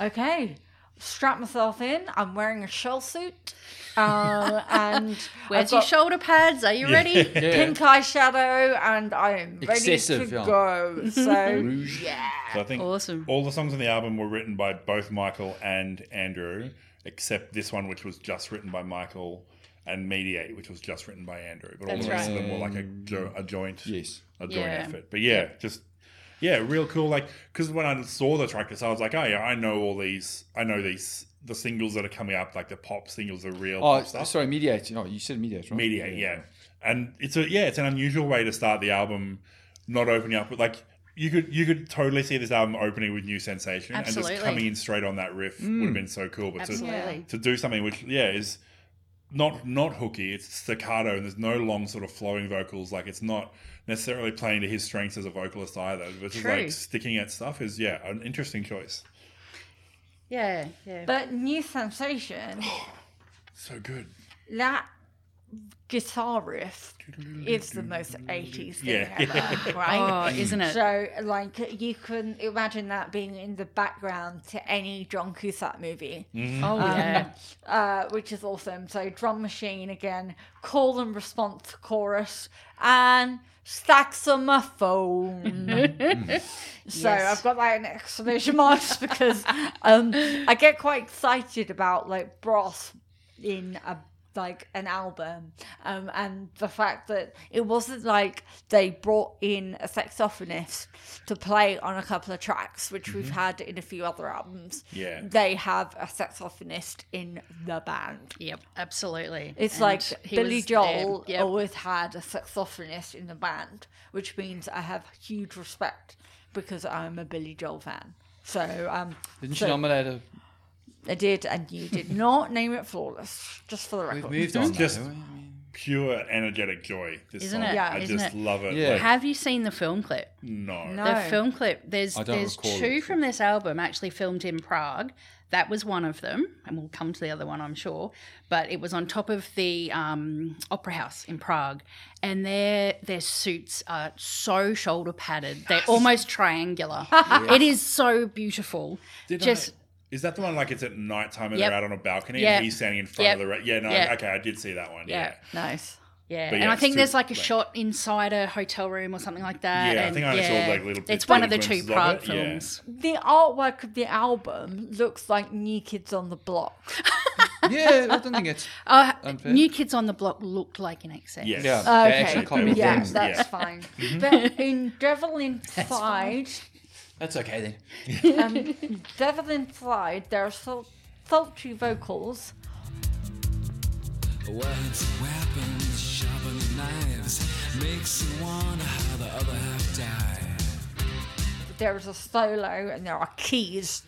B: okay, strap myself in. I'm wearing a shell suit, um, and
D: where's
B: I've
D: your
B: got
D: shoulder pads? Are you ready?
A: Yeah.
B: pink eyeshadow, and I'm ready
A: Excessive,
B: to
A: yeah.
B: go. So
A: Rouge.
C: So I think
D: Awesome.
C: all the songs on the album were written by both Michael and Andrew, except this one, which was just written by Michael, and Mediate, which was just written by Andrew. But all
D: That's
C: the rest
A: right.
C: of them were like a, jo- a joint,
A: Mm. Yes.
C: a joint
D: Yeah.
C: effort. But yeah, just yeah, real cool. Like because when I saw the track list, I was like, oh yeah, I know all these. I know these the singles that are coming up, like the pop singles, the real
A: Oh,
C: pop stuff.
A: sorry, mediate. No, you said mediate, right?
C: mediate yeah and it's a yeah it's an unusual way to start the album not opening up with like you could you could totally see this album opening with new sensation and
D: Absolutely. Mm.
C: just coming in straight on that riff would have been so cool but to,
D: Absolutely.
C: to do something which yeah is not not hooky it's staccato and there's no long sort of flowing vocals like it's not necessarily playing to his strengths as a vocalist either but just
D: True.
C: like sticking at stuff is yeah an interesting choice
D: Yeah, yeah.
B: but new sensation.
C: so good
B: that guitar riff is the most 80s thing
C: Yeah.
B: ever, right?
D: oh, isn't it?
B: So, like, you can imagine that being in the background to any John Cusack movie,
D: Oh yeah.
B: uh, which is awesome. So, drum machine again, call and response chorus, and saxophone. so,
D: Yes.
B: I've got that in exclamation marks because um, I get quite excited about like brass in a like an album um and the fact that it wasn't like they brought in a saxophonist to play on a couple of tracks which we've had in a few other albums
C: Yeah.
B: they have a saxophonist in the band
D: Yep, absolutely.
B: it's
D: And
B: like
D: he
B: billy
D: was
B: joel
D: there. Yep.
B: always had a saxophonist in the band which means i have huge respect because i'm a billy joel fan so um
A: Didn't
B: so
A: you nominate a?
B: i did and you did not name it flawless just for the
A: We've
B: record
A: moved on. though,
C: Just-
A: haven't we?
C: pure energetic joy this
D: Isn't
C: song.
D: it?
B: Yeah.
C: i
D: Isn't
C: just
D: it?
C: love it
A: Yeah.
C: Like,
D: Have you seen the film clip?
C: no
D: The
B: No.
D: film clip. There's
A: I don't
D: there's
A: recall
D: two
A: it.
D: from this album actually filmed in Prague. That was one of them, and we'll come to the other one, I'm sure. But it was on top of the um, opera house in Prague, and their their suits are so shoulder padded; they're almost triangular. It is so beautiful.
C: Did
D: Just
C: I- is that the one like it's at night time and
D: Yep.
C: they're out on a balcony
D: Yep.
C: and he's standing in front
D: Yep.
C: of the ra- yeah no
D: Yep.
C: okay I did see that one yeah
D: Yeah.
B: nice
D: Yeah,
C: But
D: and
C: yeah,
D: I
C: it's
D: think
C: too-
D: there's like a
C: like-
D: shot inside a hotel room or something like that.
C: Yeah, I
D: and
C: think I only saw,
D: yeah,
C: like, little bits
D: It's
C: and
D: one of the two
C: glimpses of
D: Prague
C: it, yeah.
D: films.
B: the artwork of the album looks like New Kids on the Block.
A: Yeah, I don't think it's.
D: Uh,
A: Unfair.
D: New Kids on the Block looked like in excess.
C: Yes.
A: Yeah,
B: Okay.
A: they actually copied
C: Yeah.
A: them.
B: Yes, that's
C: Yeah.
B: fine.
D: Mm-hmm.
B: But in Devil Inside,
A: That's okay then.
B: um, Devil Inside, there are sul- sultry vocals.
E: Words, weapons, sharpened knives Makes you wonder how the other half died
B: There is a solo, and there are keys.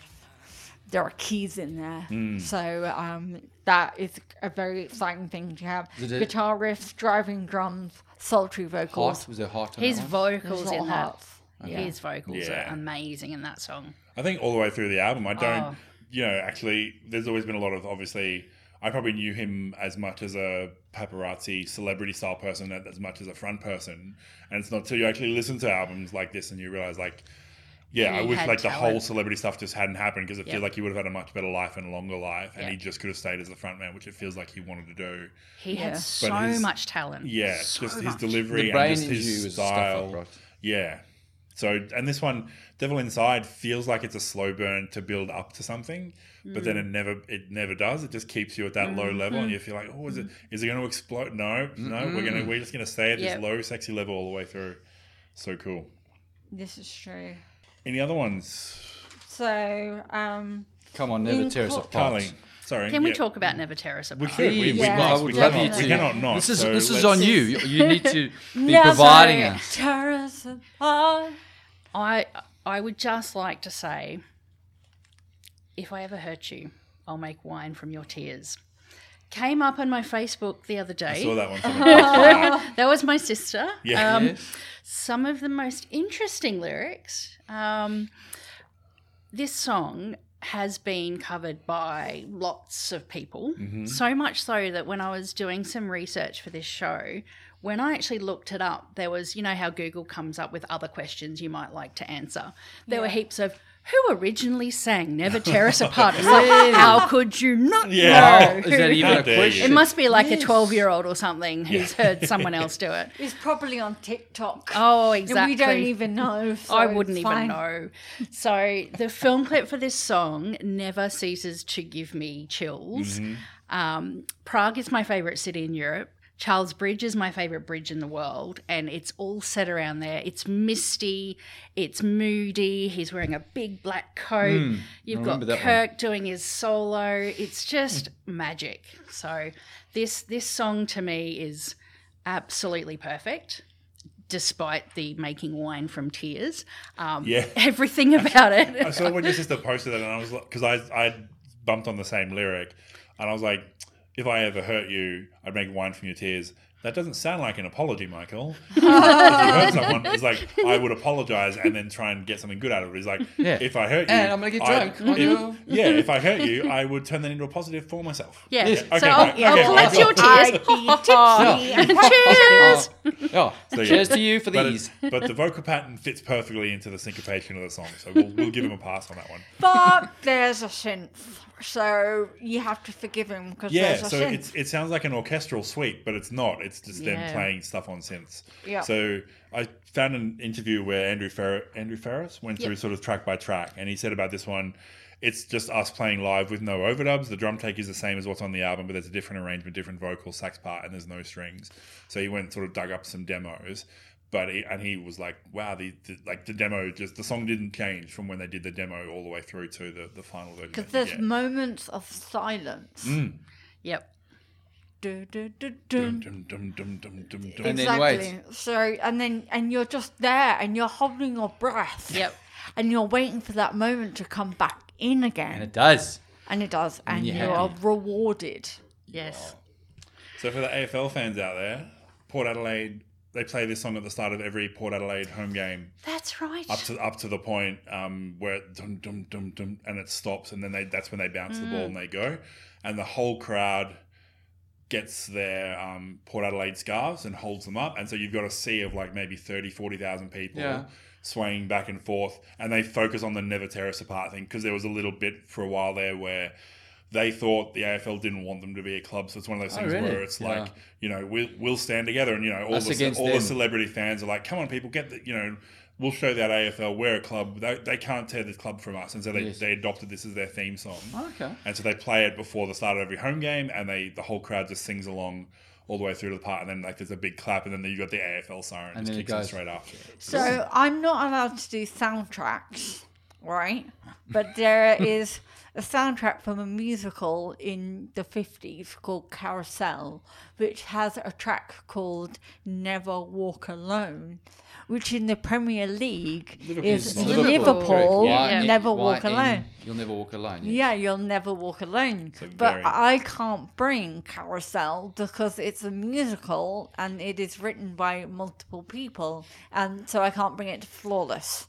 B: There are keys in there, so um, that is a very exciting thing to have.
A: Did it-
B: Guitar riffs, driving drums, sultry vocals.
A: Heart was a heart. on
D: His
A: that one?
D: vocals
B: Little
D: in that.
B: hearts.
D: His vocals
C: Yeah.
D: are amazing in that song.
C: I think all the way through the album, I don't,
D: Oh.
C: you know, actually, there's always been a lot of obviously. I probably knew him as much as a paparazzi celebrity style person and as much as a front person, and it's not till you actually listen to albums like this and you realize like. Yeah,
D: He
C: I wish
D: had
C: like the whole
D: talent.
C: celebrity stuff just hadn't happened because it
D: Yep.
C: feels like he would have had a much better life and a longer life, and
D: Yep.
C: he just could have stayed as the front man, which it feels like he wanted to do.
D: He
B: Yeah.
D: had
B: But
D: so
C: his-
D: much talent.
C: Yeah,
D: So
C: just his
D: much.
C: delivery
A: The brain
C: and just
A: injury
C: his
A: was stuff
C: style.
A: like that.
C: Yeah. So and this one, Devil Inside, feels like it's a slow burn to build up to something, but then it never it never does. It just keeps you at that low level, and you feel like, oh, is it is it going to explode? No, no, we're gonna we're just gonna stay at
D: Yep.
C: this low, sexy level all the way through. So cool.
B: This is true.
C: Any other ones,
B: So, um,
A: Come on, never
B: In
A: tear us
B: Cor-
A: apart.
C: Carly? Sorry.
D: Can we
C: yeah.
D: talk about Never Tear Us
C: We
D: Apart?
C: could. We, we
B: Yeah.
C: must.
A: I would
C: we
A: love
C: cannot,
A: you
C: We
A: to.
C: cannot not.
A: This is
C: so
A: this is
C: let's-
A: on you. You- You need to be
B: no,
A: providing
B: sorry,
A: us.
B: tear us apart.
D: I I would just like to say, if I ever hurt you, I'll make wine from your tears. Came up on my Facebook the other day.
C: I saw that one. Coming.
D: that was my sister.
C: yeah.
D: Um,
A: Yes.
D: some of the most interesting lyrics. Um, this song has been covered by lots of people,
C: Mm-hmm.
D: so much so that when I was doing some research for this show, when I actually looked it up, there was, you know, how Google comes up with other questions you might like to answer. There were heaps of who originally sang Never Tear Us Apart. It's like, how could you not
C: Yeah.
D: know?
A: Is that
D: who-
A: even
C: How
A: a
C: dare you.
A: question?
D: it must be like
A: Yes.
D: a 12 year old or something who's heard someone else do it.
B: It's probably on TikTok.
D: Oh,
B: And
D: exactly.
B: we don't even know. so
D: I wouldn't
B: it's
D: even
B: fine.
D: know. So the film clip for this song never ceases to give me chills.
B: Mm-hmm.
D: Um, Prague is my favorite city in Europe. Charles Bridge is my favorite bridge in the world, and it's all set around there. It's misty, it's moody. He's wearing a big black coat.
B: Hmm.
D: You've got
A: remember that one.
D: Kirk doing his solo. It's just magic. So this this song to me is absolutely perfect despite the making wine from tears. Um,
C: Yeah.
D: Everything about
C: I
D: it.
C: saw when your sister posted that, and I was like, because I I bumped on the same lyric, and I was like, if I ever hurt you, I'd make wine from your tears. That doesn't sound like an apology, Michael. if you hurt someone, it's like I would apologize and then try and get something good out of it. It's like
A: Yeah.
C: if I hurt you,
A: And I'm gonna get
C: I-
A: drunk on
C: if-
A: your-
C: yeah, if I hurt you, I would turn that into a positive for myself.
D: Yeah.
C: Okay,
D: so
C: right,
D: I'll,
C: okay,
D: I'll
C: right,
D: collect your
B: I'd
D: tears.
B: be tipsy.
A: Yeah.
D: Cheers.
A: Oh,
C: So, yeah.
A: cheers to you for
C: But, it-
A: these.
C: but the vocal pattern fits perfectly into the syncopation of the song, so we'll, we'll give him a pass on that one.
B: But there's a synth, so you have to forgive him because
C: Yeah,
B: there's a
C: so
B: synth.
C: it's, it sounds like an orchestral suite, but it's not. It's just them
D: Yeah.
C: playing stuff on synths.
B: Yeah.
C: So I found an interview where Andrew Fer- Andrew Ferris went through sort of track by track, and he said about this one, it's just us playing live with no overdubs. The drum take is the same as what's on the album, but there's a different arrangement, different vocal, sax part, and there's no strings. So he went and sort of dug up some demos. But he, and he was like, "Wow, the, the like the demo just the song didn't change from when they did the demo all the way through to the, the final version."
B: Because
C: that you
B: there's
C: get."
B: moments of silence.
D: Yep.
B: Du- du- du- dun.
C: Dum, dum, dum, dum, dum, dum, dum.
A: And then
B: Exactly. So and then and you're just there and you're holding your breath.
D: Yep.
B: And you're waiting for that moment to come back in again.
A: And it does.
B: does. And
A: you're
B: you
A: happy.
B: are rewarded.
D: Yes.
C: So for the AFL fans out there, Port Adelaide, they play this song at the start of every Port Adelaide home game,
D: That's right.
C: up to up to the point um, where it dum dum dum dum, and it stops, and then they that's when they bounce the
A: Mm.
C: ball and they go, and the whole crowd gets their um, Port Adelaide scarves and holds them up, and so you've got a sea of like maybe 30, 40,000 people.
A: Yeah.
C: Swaying back and forth, and they focus on the never tear us apart thing because there was a little bit for a while there where they thought the AFL didn't want them to be a club. So it's one of those things
A: Oh, really?
C: where it's like,
A: Yeah.
C: you know, we'll, we'll stand together. And, you know, all,
A: Us
C: the, ce-
A: against
C: all the
A: them.
C: celebrity fans are like, come on, people, get the, you know, we'll show that AFL, we're a club. They, they can't tear this club from us. And so they,
A: Yes. Oh,
C: they adopted this as their theme song.
A: Okay.
C: And so they play it before the start of every home game and they the whole crowd just sings along all the way through to the part. And then, like, there's a big clap and then you've got the AFL siren
A: And
C: just
A: then it
C: kicks in
A: goes.
C: straight after. it.
B: So I'm not allowed to do soundtracks. right? But there is a soundtrack from a musical in the 50s called Carousel, which has a track called Never Walk Alone, which in the Premier League is
A: song.
B: Liverpool,
D: Liverpool. Yeah.
B: Never Walk
A: YN,
B: Alone.
A: You'll never walk alone. Yeah.
B: Yeah, you'll never walk alone.
C: a
B: But
C: very-
B: I can't bring Carousel because it's a musical and it is written by multiple people. And so I can't bring it to Flawless.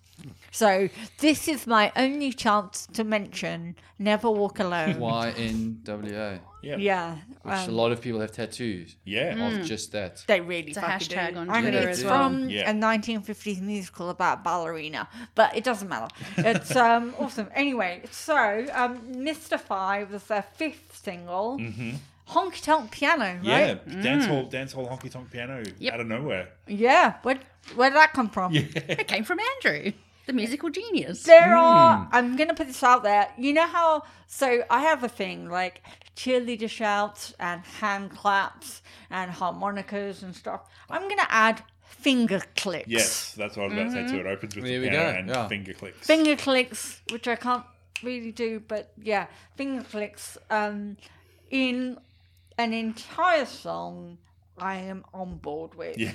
B: So this is my only chance to mention Never Walk Alone.
A: YNWA,
C: Yeah.
B: Yeah.
A: which a
B: um,
A: lot of people have tattoos
C: Yeah.
A: of just that.
B: they really
D: It's a
B: fucking
D: hashtag
B: do.
D: on
B: I mean,
A: Twitter
B: it's
A: as well.
B: from
C: Yeah.
B: a 1950s musical about a ballerina, but it doesn't matter. It's um, awesome. Anyway, so um, Mystify was their fifth single. Honky Tonk Piano,
C: Yeah.
B: right?
A: Mm.
C: Dance hall, dance hall honky tonk piano
D: Yep.
C: out of nowhere.
B: Yeah. Where, where'd that come from?
D: It came from Andrew, the musical genius.
B: There are. I'm gonna put this out there. You know how? So I have a thing like cheerleader shouts and hand claps and harmonicas and stuff. I'm gonna add finger clicks.
C: Yes, that's what I was about to say too. It opens with
A: Mm-hmm. There we
C: the piano
A: go,
C: and
A: yeah.
C: finger clicks.
B: finger clicks, which I can't really do, but yeah, finger clicks. Um, in an entire song, I am on board with.
C: yeah.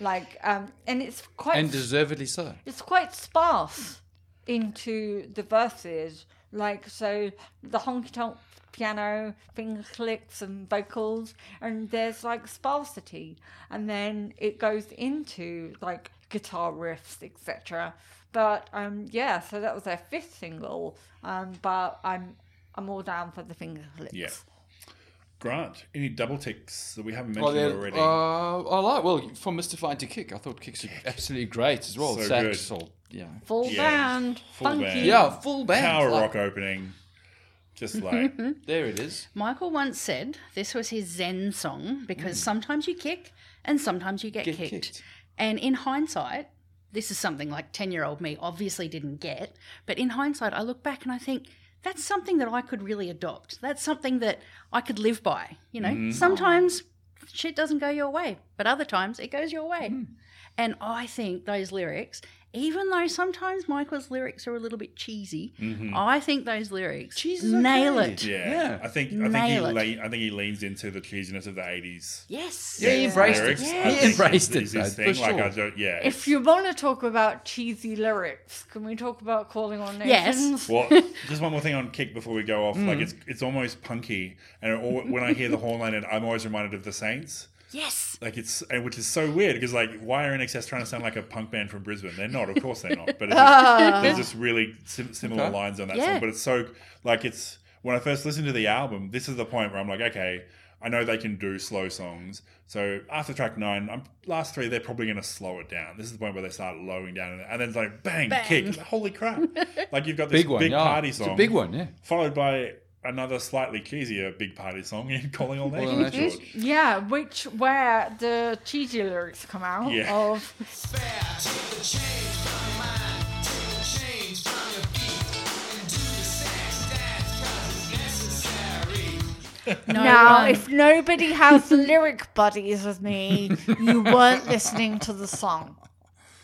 B: Like, um, and it's quite
A: And deservedly so.
B: it's quite sparse into the verses. Like, so the honky tonk piano, finger clicks, and vocals, and there's like sparsity. And then it goes into like guitar riffs, etc. But um, yeah, so that was their fifth single. Um, but I'm I'm all down for the finger clicks.
C: Yeah. Grant, any double ticks that we haven't
A: Well,
C: mentioned
A: they're-
C: already?
A: uh, I like. Well, from Mystify to Kick, I thought Kick's are absolutely great as well.
C: So
A: Sax,
C: good.
A: or, yeah,
B: Full
C: Yeah.
B: band,
C: Full
B: funky.
C: band.
A: yeah, full band.
C: Power
A: like,
C: rock opening. Just like
A: There it is.
D: Michael once said this was his Zen song because sometimes you kick and sometimes you get,
A: Get
D: kicked.
A: kicked.
D: And in hindsight, this is something like 10 year old me obviously didn't get. But in hindsight, I look back and I think that's something that I could really adopt. That's something that I could live by. You know,
A: Mm-hmm.
D: sometimes shit doesn't go your way, but other times it goes your way.
A: Mm-hmm.
D: And I think those lyrics, even though sometimes Michael's lyrics are a little bit cheesy, I think those lyrics
A: Cheese is
D: nail
A: Mm-hmm. okay.
D: it.
C: Yeah.
A: Yeah.
C: I think I think he
D: Nail it.
C: le- I think he leans into the cheesiness of the eighties.
D: Yes.
A: Yeah, he embraced
C: lyrics.
A: it.
C: I
A: He
C: think is-
A: embraced it,
C: is his
A: though, for
C: thing. Like, I
A: sure.
C: don't- yeah.
B: If you want to talk about cheesy lyrics, can we talk about calling on nations?
D: Yes.
C: Well, just one more thing on kick before we go off.
A: Mm.
C: Like it's it's almost punky, and it al when I hear the horn line, and I'm always reminded of the Saints.
D: Yes.
C: Like it's and which is so weird because like why are NXS trying to sound like a punk band from Brisbane? They're not, of course they're not. But it's just, there's just really sim- similar
A: Okay.
C: lines on that
D: Yeah.
C: song. But it's so like it's when I first listened to the album, this is the point where I'm like, okay, I know they can do slow songs. So after track nine, I'm, last three they're probably going to slow it down. This is the point where they start lowing down, and, and then it's like bang, kick, It's like, holy crap! like you've got this
A: Big one.
C: big,
A: yeah.
C: party
A: It's
C: song,
A: a big one. Yeah.
C: followed by another slightly cheesier big party song in Calling All
A: Calling All
C: Nations.
A: Nations.
C: George.
B: Yeah, which where the cheesy lyrics come out
C: Yeah.
B: of
D: No
B: now
D: one.
B: if nobody has lyric buddies with me, you weren't listening to the song.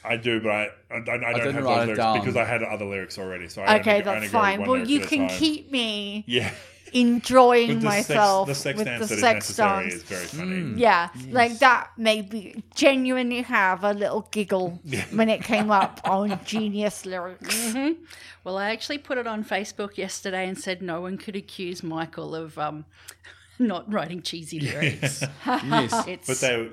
C: I do, but I I, I don't
A: didn't write
C: have those
A: it
C: lyrics
A: down.
C: because I had other lyrics already. So I
B: Okay,
C: only, I
B: that's
C: only go with
B: fine.
C: one
B: Well,
C: lyric
B: you
C: at a
B: can
C: time.
B: keep me
C: yeah
B: enjoying
C: with the sex,
B: myself
C: the sex
B: with
C: dance
B: the
C: that is
B: sex
C: necessary
B: dance.
C: is very funny.
A: Hmm.
B: Yeah, like that made me genuinely have a little giggle when it came up on Genius Lyrics.
D: Well, I actually put it on Facebook yesterday and said no one could accuse Michael of um, not writing cheesy lyrics.
A: Yes.
D: It's
C: But they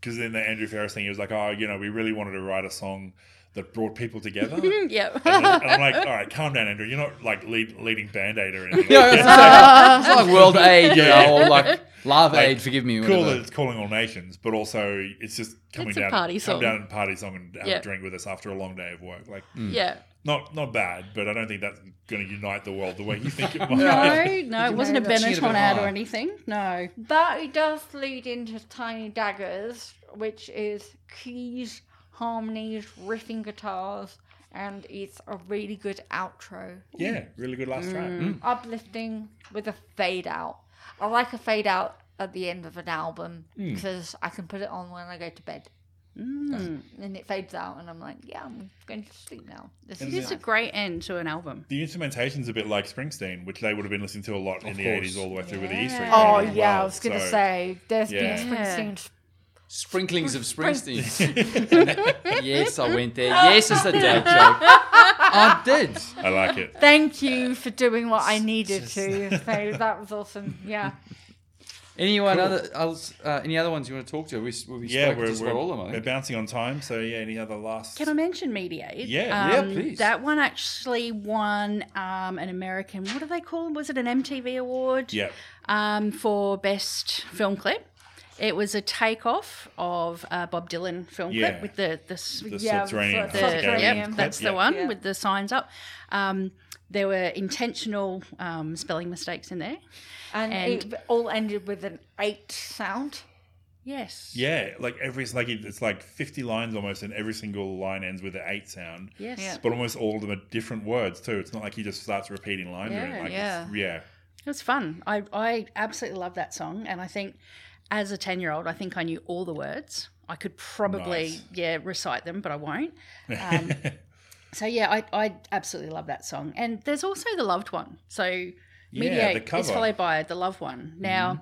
C: because then the Andrew Ferris thing, he was like, oh, you know, we really wanted to write a song that brought people together. and
D: yeah.
C: I'm like, all right, calm down, Andrew. You're not like lead, leading Band Aid or anything.
A: Yeah, it's, like, it's like World Aid, you
C: Yeah.
A: know, or like Live
C: Like,
A: Aid. Forgive me.
C: Cool
A: whatever.
C: that it's calling all nations, but also it's just coming
D: It's a
C: down,
D: party
C: come
D: song.
C: down and party song and have
D: Yeah.
C: a drink with us after a long day of work. Like,
D: yeah.
C: not not bad, but I don't think that's going to unite the world the way you think it might.
D: No, no, it wasn't a
B: Touching
A: it a
D: Benetton
A: bit
D: ad or
A: hard.
D: anything. No.
B: But it does lead into Tiny Daggers, which is keys, harmonies, riffing guitars, and it's a really good outro.
C: Yeah, really good last track.
D: Mm.
B: Uplifting with a fade out. I
C: Hmm.
B: like a fade out at the end of an album because I can put it on when I go to bed.
C: Hmm.
B: And it fades out, and I'm like, yeah, I'm going to sleep now. This
C: And
B: is
D: This is a
B: nice.
D: great end to an album.
C: The instrumentation's a bit like Springsteen, which they would have been listening to a lot in
A: Of
C: the
A: course.
C: 80s all the way through with the E
D: Yeah.
C: Street.
B: Oh
C: Band
B: yeah,
C: as
B: I
C: well.
B: was going to
C: So-
B: say there's
C: Yeah.
B: been Springsteen.
A: Sprinklings of Springsteen. yes, I went there. Yes, it's a dad joke. I did.
C: I like it.
B: Thank you for doing what I needed to. So that was awesome. Yeah.
A: Anyone other else? Uh, any other ones you want to talk to? We we, we
C: Yeah,
A: spoke
C: we're,
A: just
C: we're,
A: about all of them. I
C: we're
A: think.
C: bouncing on time. So, yeah, any other last.
D: Can I mention Mediate?
C: Yeah.
A: Yeah, please.
D: That one actually won um, an American, what do they call it? Was it an MTV award?
C: Yeah.
D: Um, for best film clip. It was a takeoff of a Bob Dylan film
C: Yeah.
D: clip with the, the, s-
C: The
B: Yeah,
C: subterranean.
B: the-
D: the-
C: Subterranean
D: yep,
B: clip,
D: that's
C: yeah.
D: the one
B: Yeah.
D: with the signs up. Um, there were intentional um, spelling mistakes in there.
B: And,
D: And-
B: it all ended with an eight sound.
D: Yes.
C: Yeah, like every it's like it's like fifty lines almost, and every single line ends with an eight sound.
D: Yes.
B: Yeah.
C: But almost all of them are different words too. It's not like he just starts repeating lines. or
D: Yeah,
C: anything. like
B: yeah.
C: It's, yeah.
D: It was fun. I, I absolutely love that song. And I think as a 10 year old, I think I knew all the words. I could probably,
C: Nice.
D: yeah, recite them, but I won't. Um, so, yeah, I, I absolutely love that song. And there's also The Loved One. So,
C: Yeah, the
D: Mediate
C: cover. Mm-hmm.
D: is followed by The Loved One. Now,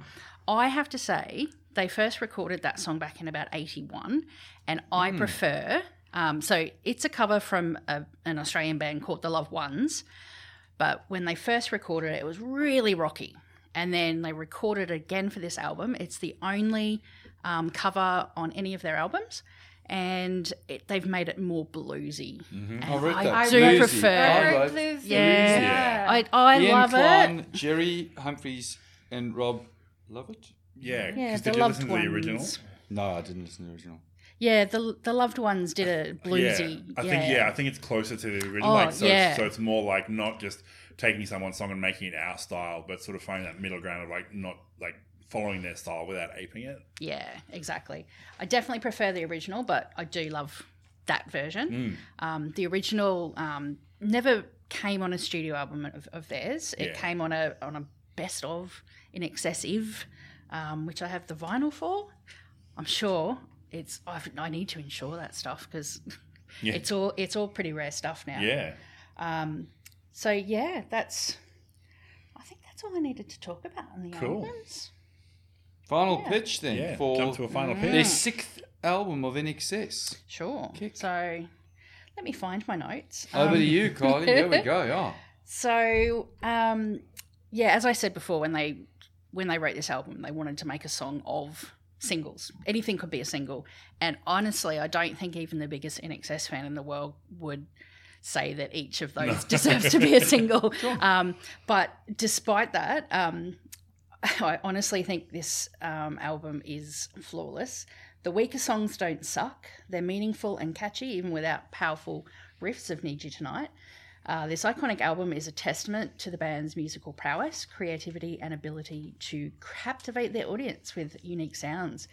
D: I have to say, they first recorded that song back in about 81, and I
C: Mm-hmm.
D: prefer. Um, so, it's a cover from a, an Australian band called The Loved Ones but when they first recorded it, it was really rocky. And then they recorded it again for this album. It's the only um, cover on any of their albums, and it, they've made it more bluesy.
C: Mm.
A: I wrote
D: I
A: that.
D: do
A: Bluesy.
D: prefer-
A: I
B: Very
A: wrote
B: bluesy.
D: Yeah. I, I
A: Ian
D: love
A: Klein,
D: it.
A: Jerry Humphries, and Rob Lovett.
C: Yeah,
D: Yeah,
C: because
D: the
C: did you
D: loved
C: listen to the original?
D: ones.
A: No, I didn't listen to the original.
D: Yeah, the the loved ones did it bluesy.
C: Yeah, I think yeah, I think it's closer to the original.
D: Oh,
C: like, so,
D: yeah.
C: it's, so it's more like not just taking someone's song and making it our style, but sort of finding that middle ground of like not like following their style without aping it.
D: Yeah, exactly. I definitely prefer the original, but I do love that version.
C: Mm.
D: Um, the original um, never came on a studio album of, of theirs. It
C: Yeah.
D: came on a on a best of in excessive, um, which I have the vinyl for. I'm sure it's. I've, I need to ensure that stuff because
C: Yeah.
D: it's all it's all pretty rare stuff now.
C: Yeah.
D: So yeah, that's. I think that's all I needed to talk about on the
C: Cool.
D: albums.
A: Final pitch then
C: Yeah.
A: for
C: Jump to a
D: Mm.
C: final pitch.
A: their sixth album of NXS.
D: Sure.
A: Kick.
D: So. Let me find my notes.
A: Over
D: Um,
A: to you, Kylie. There we go. Oh, Yeah.
D: So, um, yeah, as I said before, when they when they wrote this album, they wanted to make a song of singles. Anything could be a single. And honestly, I don't think even the biggest NXS fan in the world would say that each of those deserves to be a single. Um, but despite that, um, I honestly think this um, album is flawless. The weaker songs don't suck. They're meaningful and catchy, even without powerful riffs of Need You Tonight. Uh, this iconic album is a testament to the band's musical prowess, creativity, and ability to captivate their audience with unique sounds.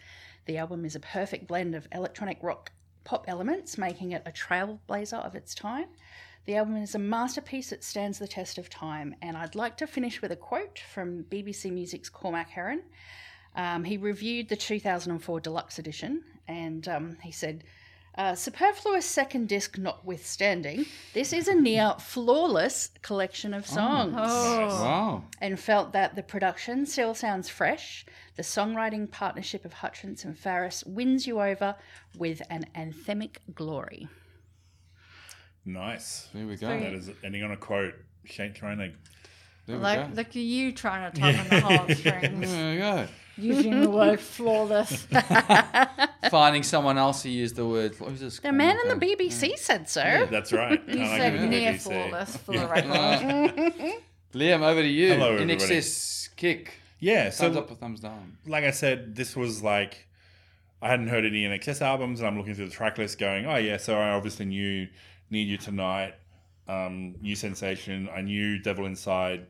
D: The album is a perfect blend of electronic rock pop elements, making it a trailblazer of its time. The album is a masterpiece that stands the test of time, and I'd like to finish with a quote from BBC Music's Cormac Heron. Um, he reviewed the 2004 deluxe edition, and um, he said, uh, superfluous second disc notwithstanding, this is a near flawless collection of songs
A: Wow.
D: and felt that the production still sounds fresh. The songwriting partnership of Hutchins and Farris wins you over with an anthemic glory.
C: Nice.
A: There we go.
C: That is ending on a quote. Shane Corona.
A: There we go.
B: Like, like you trying to tug on the heartstrings
A: There we go.
B: using the word flawless.
A: Finding someone else who used the word. What was this?
D: The man in the BBC said so.
C: That's right. Can't
B: You
C: argue
B: said
C: with the
B: near
C: BBC.
B: flawless for the record.
A: Liam, over to you.
C: Hello,
A: In
C: everybody.
A: excess kick.
C: Yeah. So
A: Thumbs up or thumbs down?
C: like I said, this was like I hadn't heard any NXS albums, and I'm looking through the track list, going, "Oh yeah, so I obviously knew Need You Tonight, um, New Sensation, I knew Devil Inside,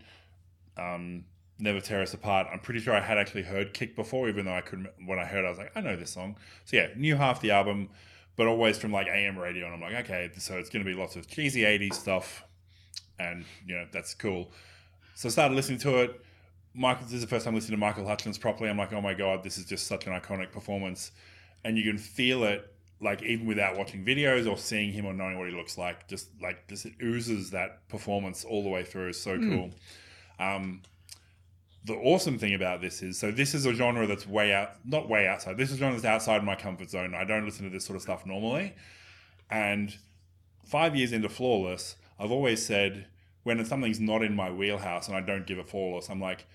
C: um, Never Tear Us Apart." I'm pretty sure I had actually heard Kick before, even though I couldn't. When I heard, it, I was like, "I know this song." So yeah, knew half the album, but always from like AM radio, and I'm like, "Okay, so it's going to be lots of cheesy '80s stuff," and you know that's cool. So I started listening to it. Michael, this is the first time listening to Michael Hutchins properly. I'm like, oh my god, this is just such an iconic performance, and you can feel it. like even without watching videos or seeing him or knowing what he looks like, just like this it oozes that performance all the way through. It's so cool. Um, the awesome thing about this is so this is a genre that's way out not way outside this is a genre that's outside my comfort zone i don't listen to this sort of stuff normally and five years into flawless i've always said when something's not in my wheelhouse and i don't give a flawless i'm like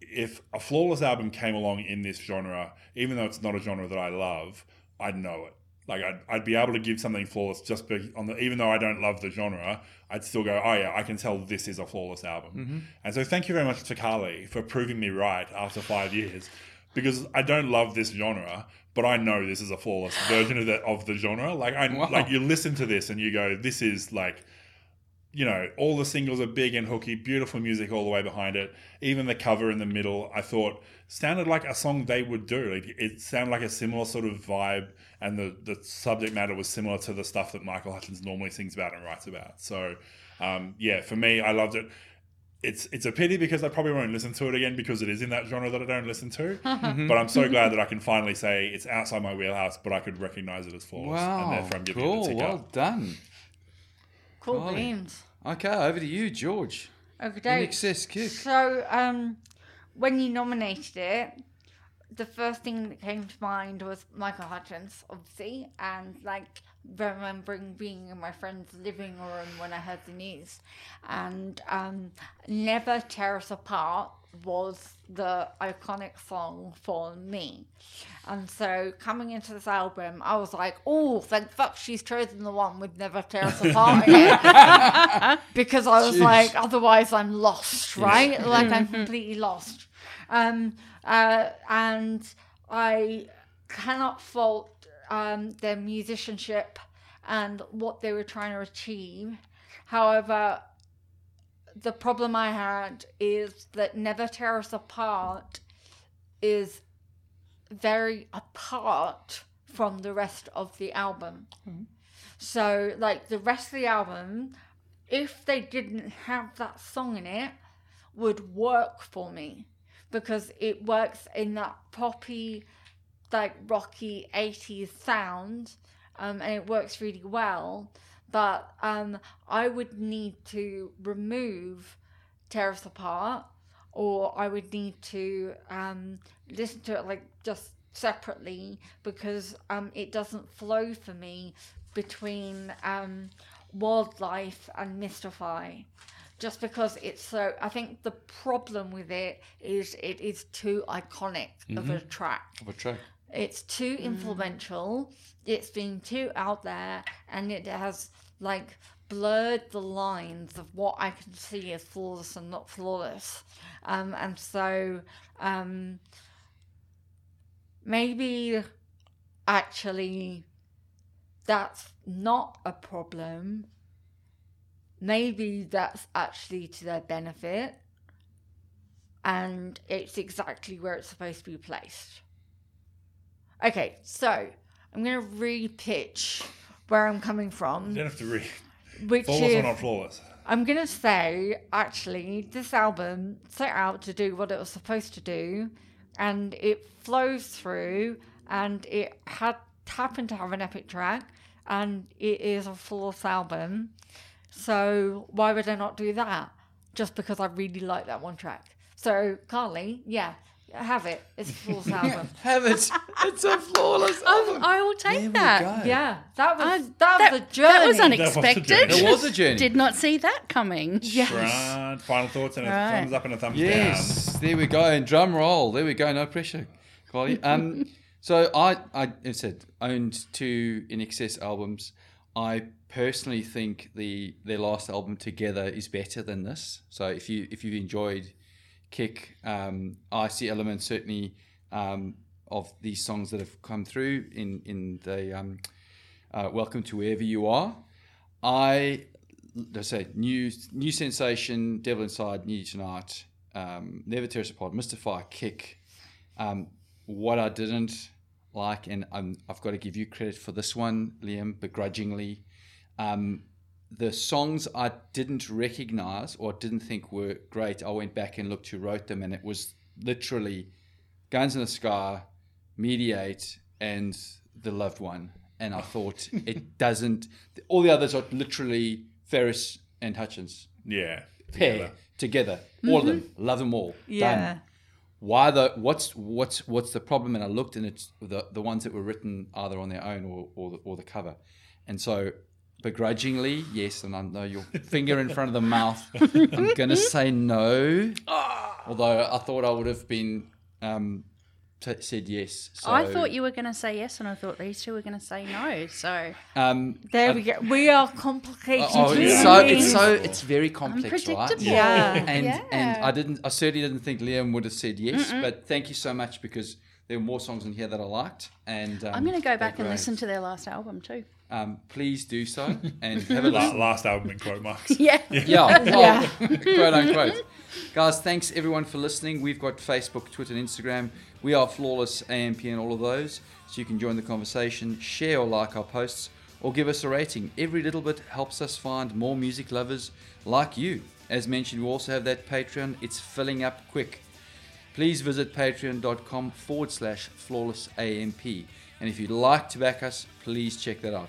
C: if a flawless album came along in this genre even though it's not a genre that i love i'd know it like I'd, I'd be able to give something flawless just be, on the even though i don't love the genre i'd still go oh yeah i can tell this is a flawless album and so thank you very much to Carly for proving me right after five years because I don't love this genre, but I know this is a flawless version of the of the genre. Like I
A: Wow.
C: like you listen to this and you go, this is like you know, all the singles are big and hooky, beautiful music all the way behind it. Even the cover in the middle, I thought sounded like a song they would do. Like it sounded like a similar sort of vibe, and the, the subject matter was similar to the stuff that Michael Hutchins normally sings about and writes about. So, um, yeah, for me, I loved it it's it's a pity because I probably won't listen to it again because it is in that genre that I don't listen to.
A: Mm-hmm.
C: But I'm so glad that I can finally say it's outside my wheelhouse, but I could recognize it as flawless, and
A: Wow.
C: therefore I'm giving it a
A: Cool.
C: tick
A: Well
C: up.
A: done.
B: Cool
A: Golly.
B: beans.
A: Okay, over to you, George.
B: Okay.
A: In excess kick.
B: So, um, when you nominated it, the first thing that came to mind was Michael Hutchins, obviously, and like remembering being in my friend's living room when I heard the news. And um, Never Tear Us Apart was the iconic song for me. And so coming into this album, I was like, oh, thank fuck she's chosen the one with Never Tear Us Apart. in it." because I was
A: Jeez.
B: like, otherwise I'm lost, right? Like I'm completely lost. Um, uh, and I cannot fault um, their musicianship and what they were trying to achieve. However, the problem I had is that Never Tear Us Apart is very apart from the rest of the album. So, like, the rest of the album, if they didn't have that song in it, would work for me because it works in that poppy, like rocky 80s sound um, and it works really well. But um, I would need to remove Tear Us Apart or I would need to um, listen to it like just separately because um, it doesn't flow for me between um, wildlife and mystify just because it's so i think the problem with it is it is too iconic of a track
A: Of a track.
B: it's too influential it's been too out there and it has like blurred the lines of what i can see as flawless and not flawless um, and so um, maybe actually that's not a problem maybe that's actually to their benefit and it's exactly where it's supposed to be placed Okay, so I'm going to re-pitch where I'm coming
C: You
B: from,
C: don't have to read
B: which
C: flawless or
B: is
C: not flawless.
B: I'm going to say actually this album set out to do what it was supposed to do, and it flows through, and it had happened to have an epic track, and it is a flawless album. So why would I not do that? Just because I really like that one track. So Carly, yeah, have it. It's a flawless album.
A: Have it. It's a flawless album.
D: Oh, I will take
A: There we
D: that.
A: go.
B: Yeah, that was
D: I-
B: that, was a journey.
D: Uh, that was
C: was a
D: unexpected.
C: journey.
A: It was a journey.
D: Did not see that coming.
B: Yes.
C: Right. Final thoughts and a
D: Right.
C: thumbs up and a thumbs down.
A: Yes, there we go. And drum roll. There we go. No pressure, Chloe. Um, so I, I as said owned two in excess albums. I personally think the their last album together is better than this. So if you if you've enjoyed Kick, um, I see elements certainly um, of these songs that have come through in in the um, uh, Welcome to Wherever You Are. I let's say new new sensation, Devil Inside, New Tonight, um, Never Tear Us Apart, Mystify, Kick. Um, what I didn't like, and um, I've got to give you credit for this one, Liam, begrudgingly. Um, the songs I didn't recognize or didn't think were great, I went back and looked who wrote them, and it was literally Guns in the Sky, Mediate, and The Loved One. and I thought it doesn't. All the others are literally Ferris and Hutchins
C: Yeah.
A: pair together. All of them,
D: Mm-hmm.
A: love them all.
B: Yeah.
A: Done. Why the what's what's what's the problem? And I looked, and it's the the ones that were written either on their own or or the, or the cover, and so begrudgingly, yes, and I know your finger in front of the mouth. I'm gonna say no, although I thought I would have been um, t- said yes. So,
D: I thought you were going to say yes, and I thought these two were going to say no. So
A: Um,
B: There we go. We are complicated.
A: oh, it's
C: yeah.
A: so
B: humans.
A: it's so it's very complex, right?
D: unpredictable.
B: Yeah.
A: and
D: Yeah.
A: and I didn't I certainly didn't think Liam would have said yes, but thank you so much because there were more songs in here that I liked, and um,
D: I'm going to go
A: they're
D: back and
A: great.
D: listen to their last album too.
A: Um, please do so and have a
C: La-
A: listen.
C: last album in quote marks.
D: Yeah.
A: Yeah, Oh,
B: Yeah.
A: well, quote unquote. Guys, thanks everyone for listening. We've got Facebook, Twitter, and Instagram. We are flawless AMP and all of those, so you can join the conversation, share or like our posts, or give us a rating. Every little bit helps us find more music lovers like you. As mentioned, we also have that Patreon. It's filling up quick. please visit patreon.com forward slash flawless AMP. And if you'd like to back us, please check that out.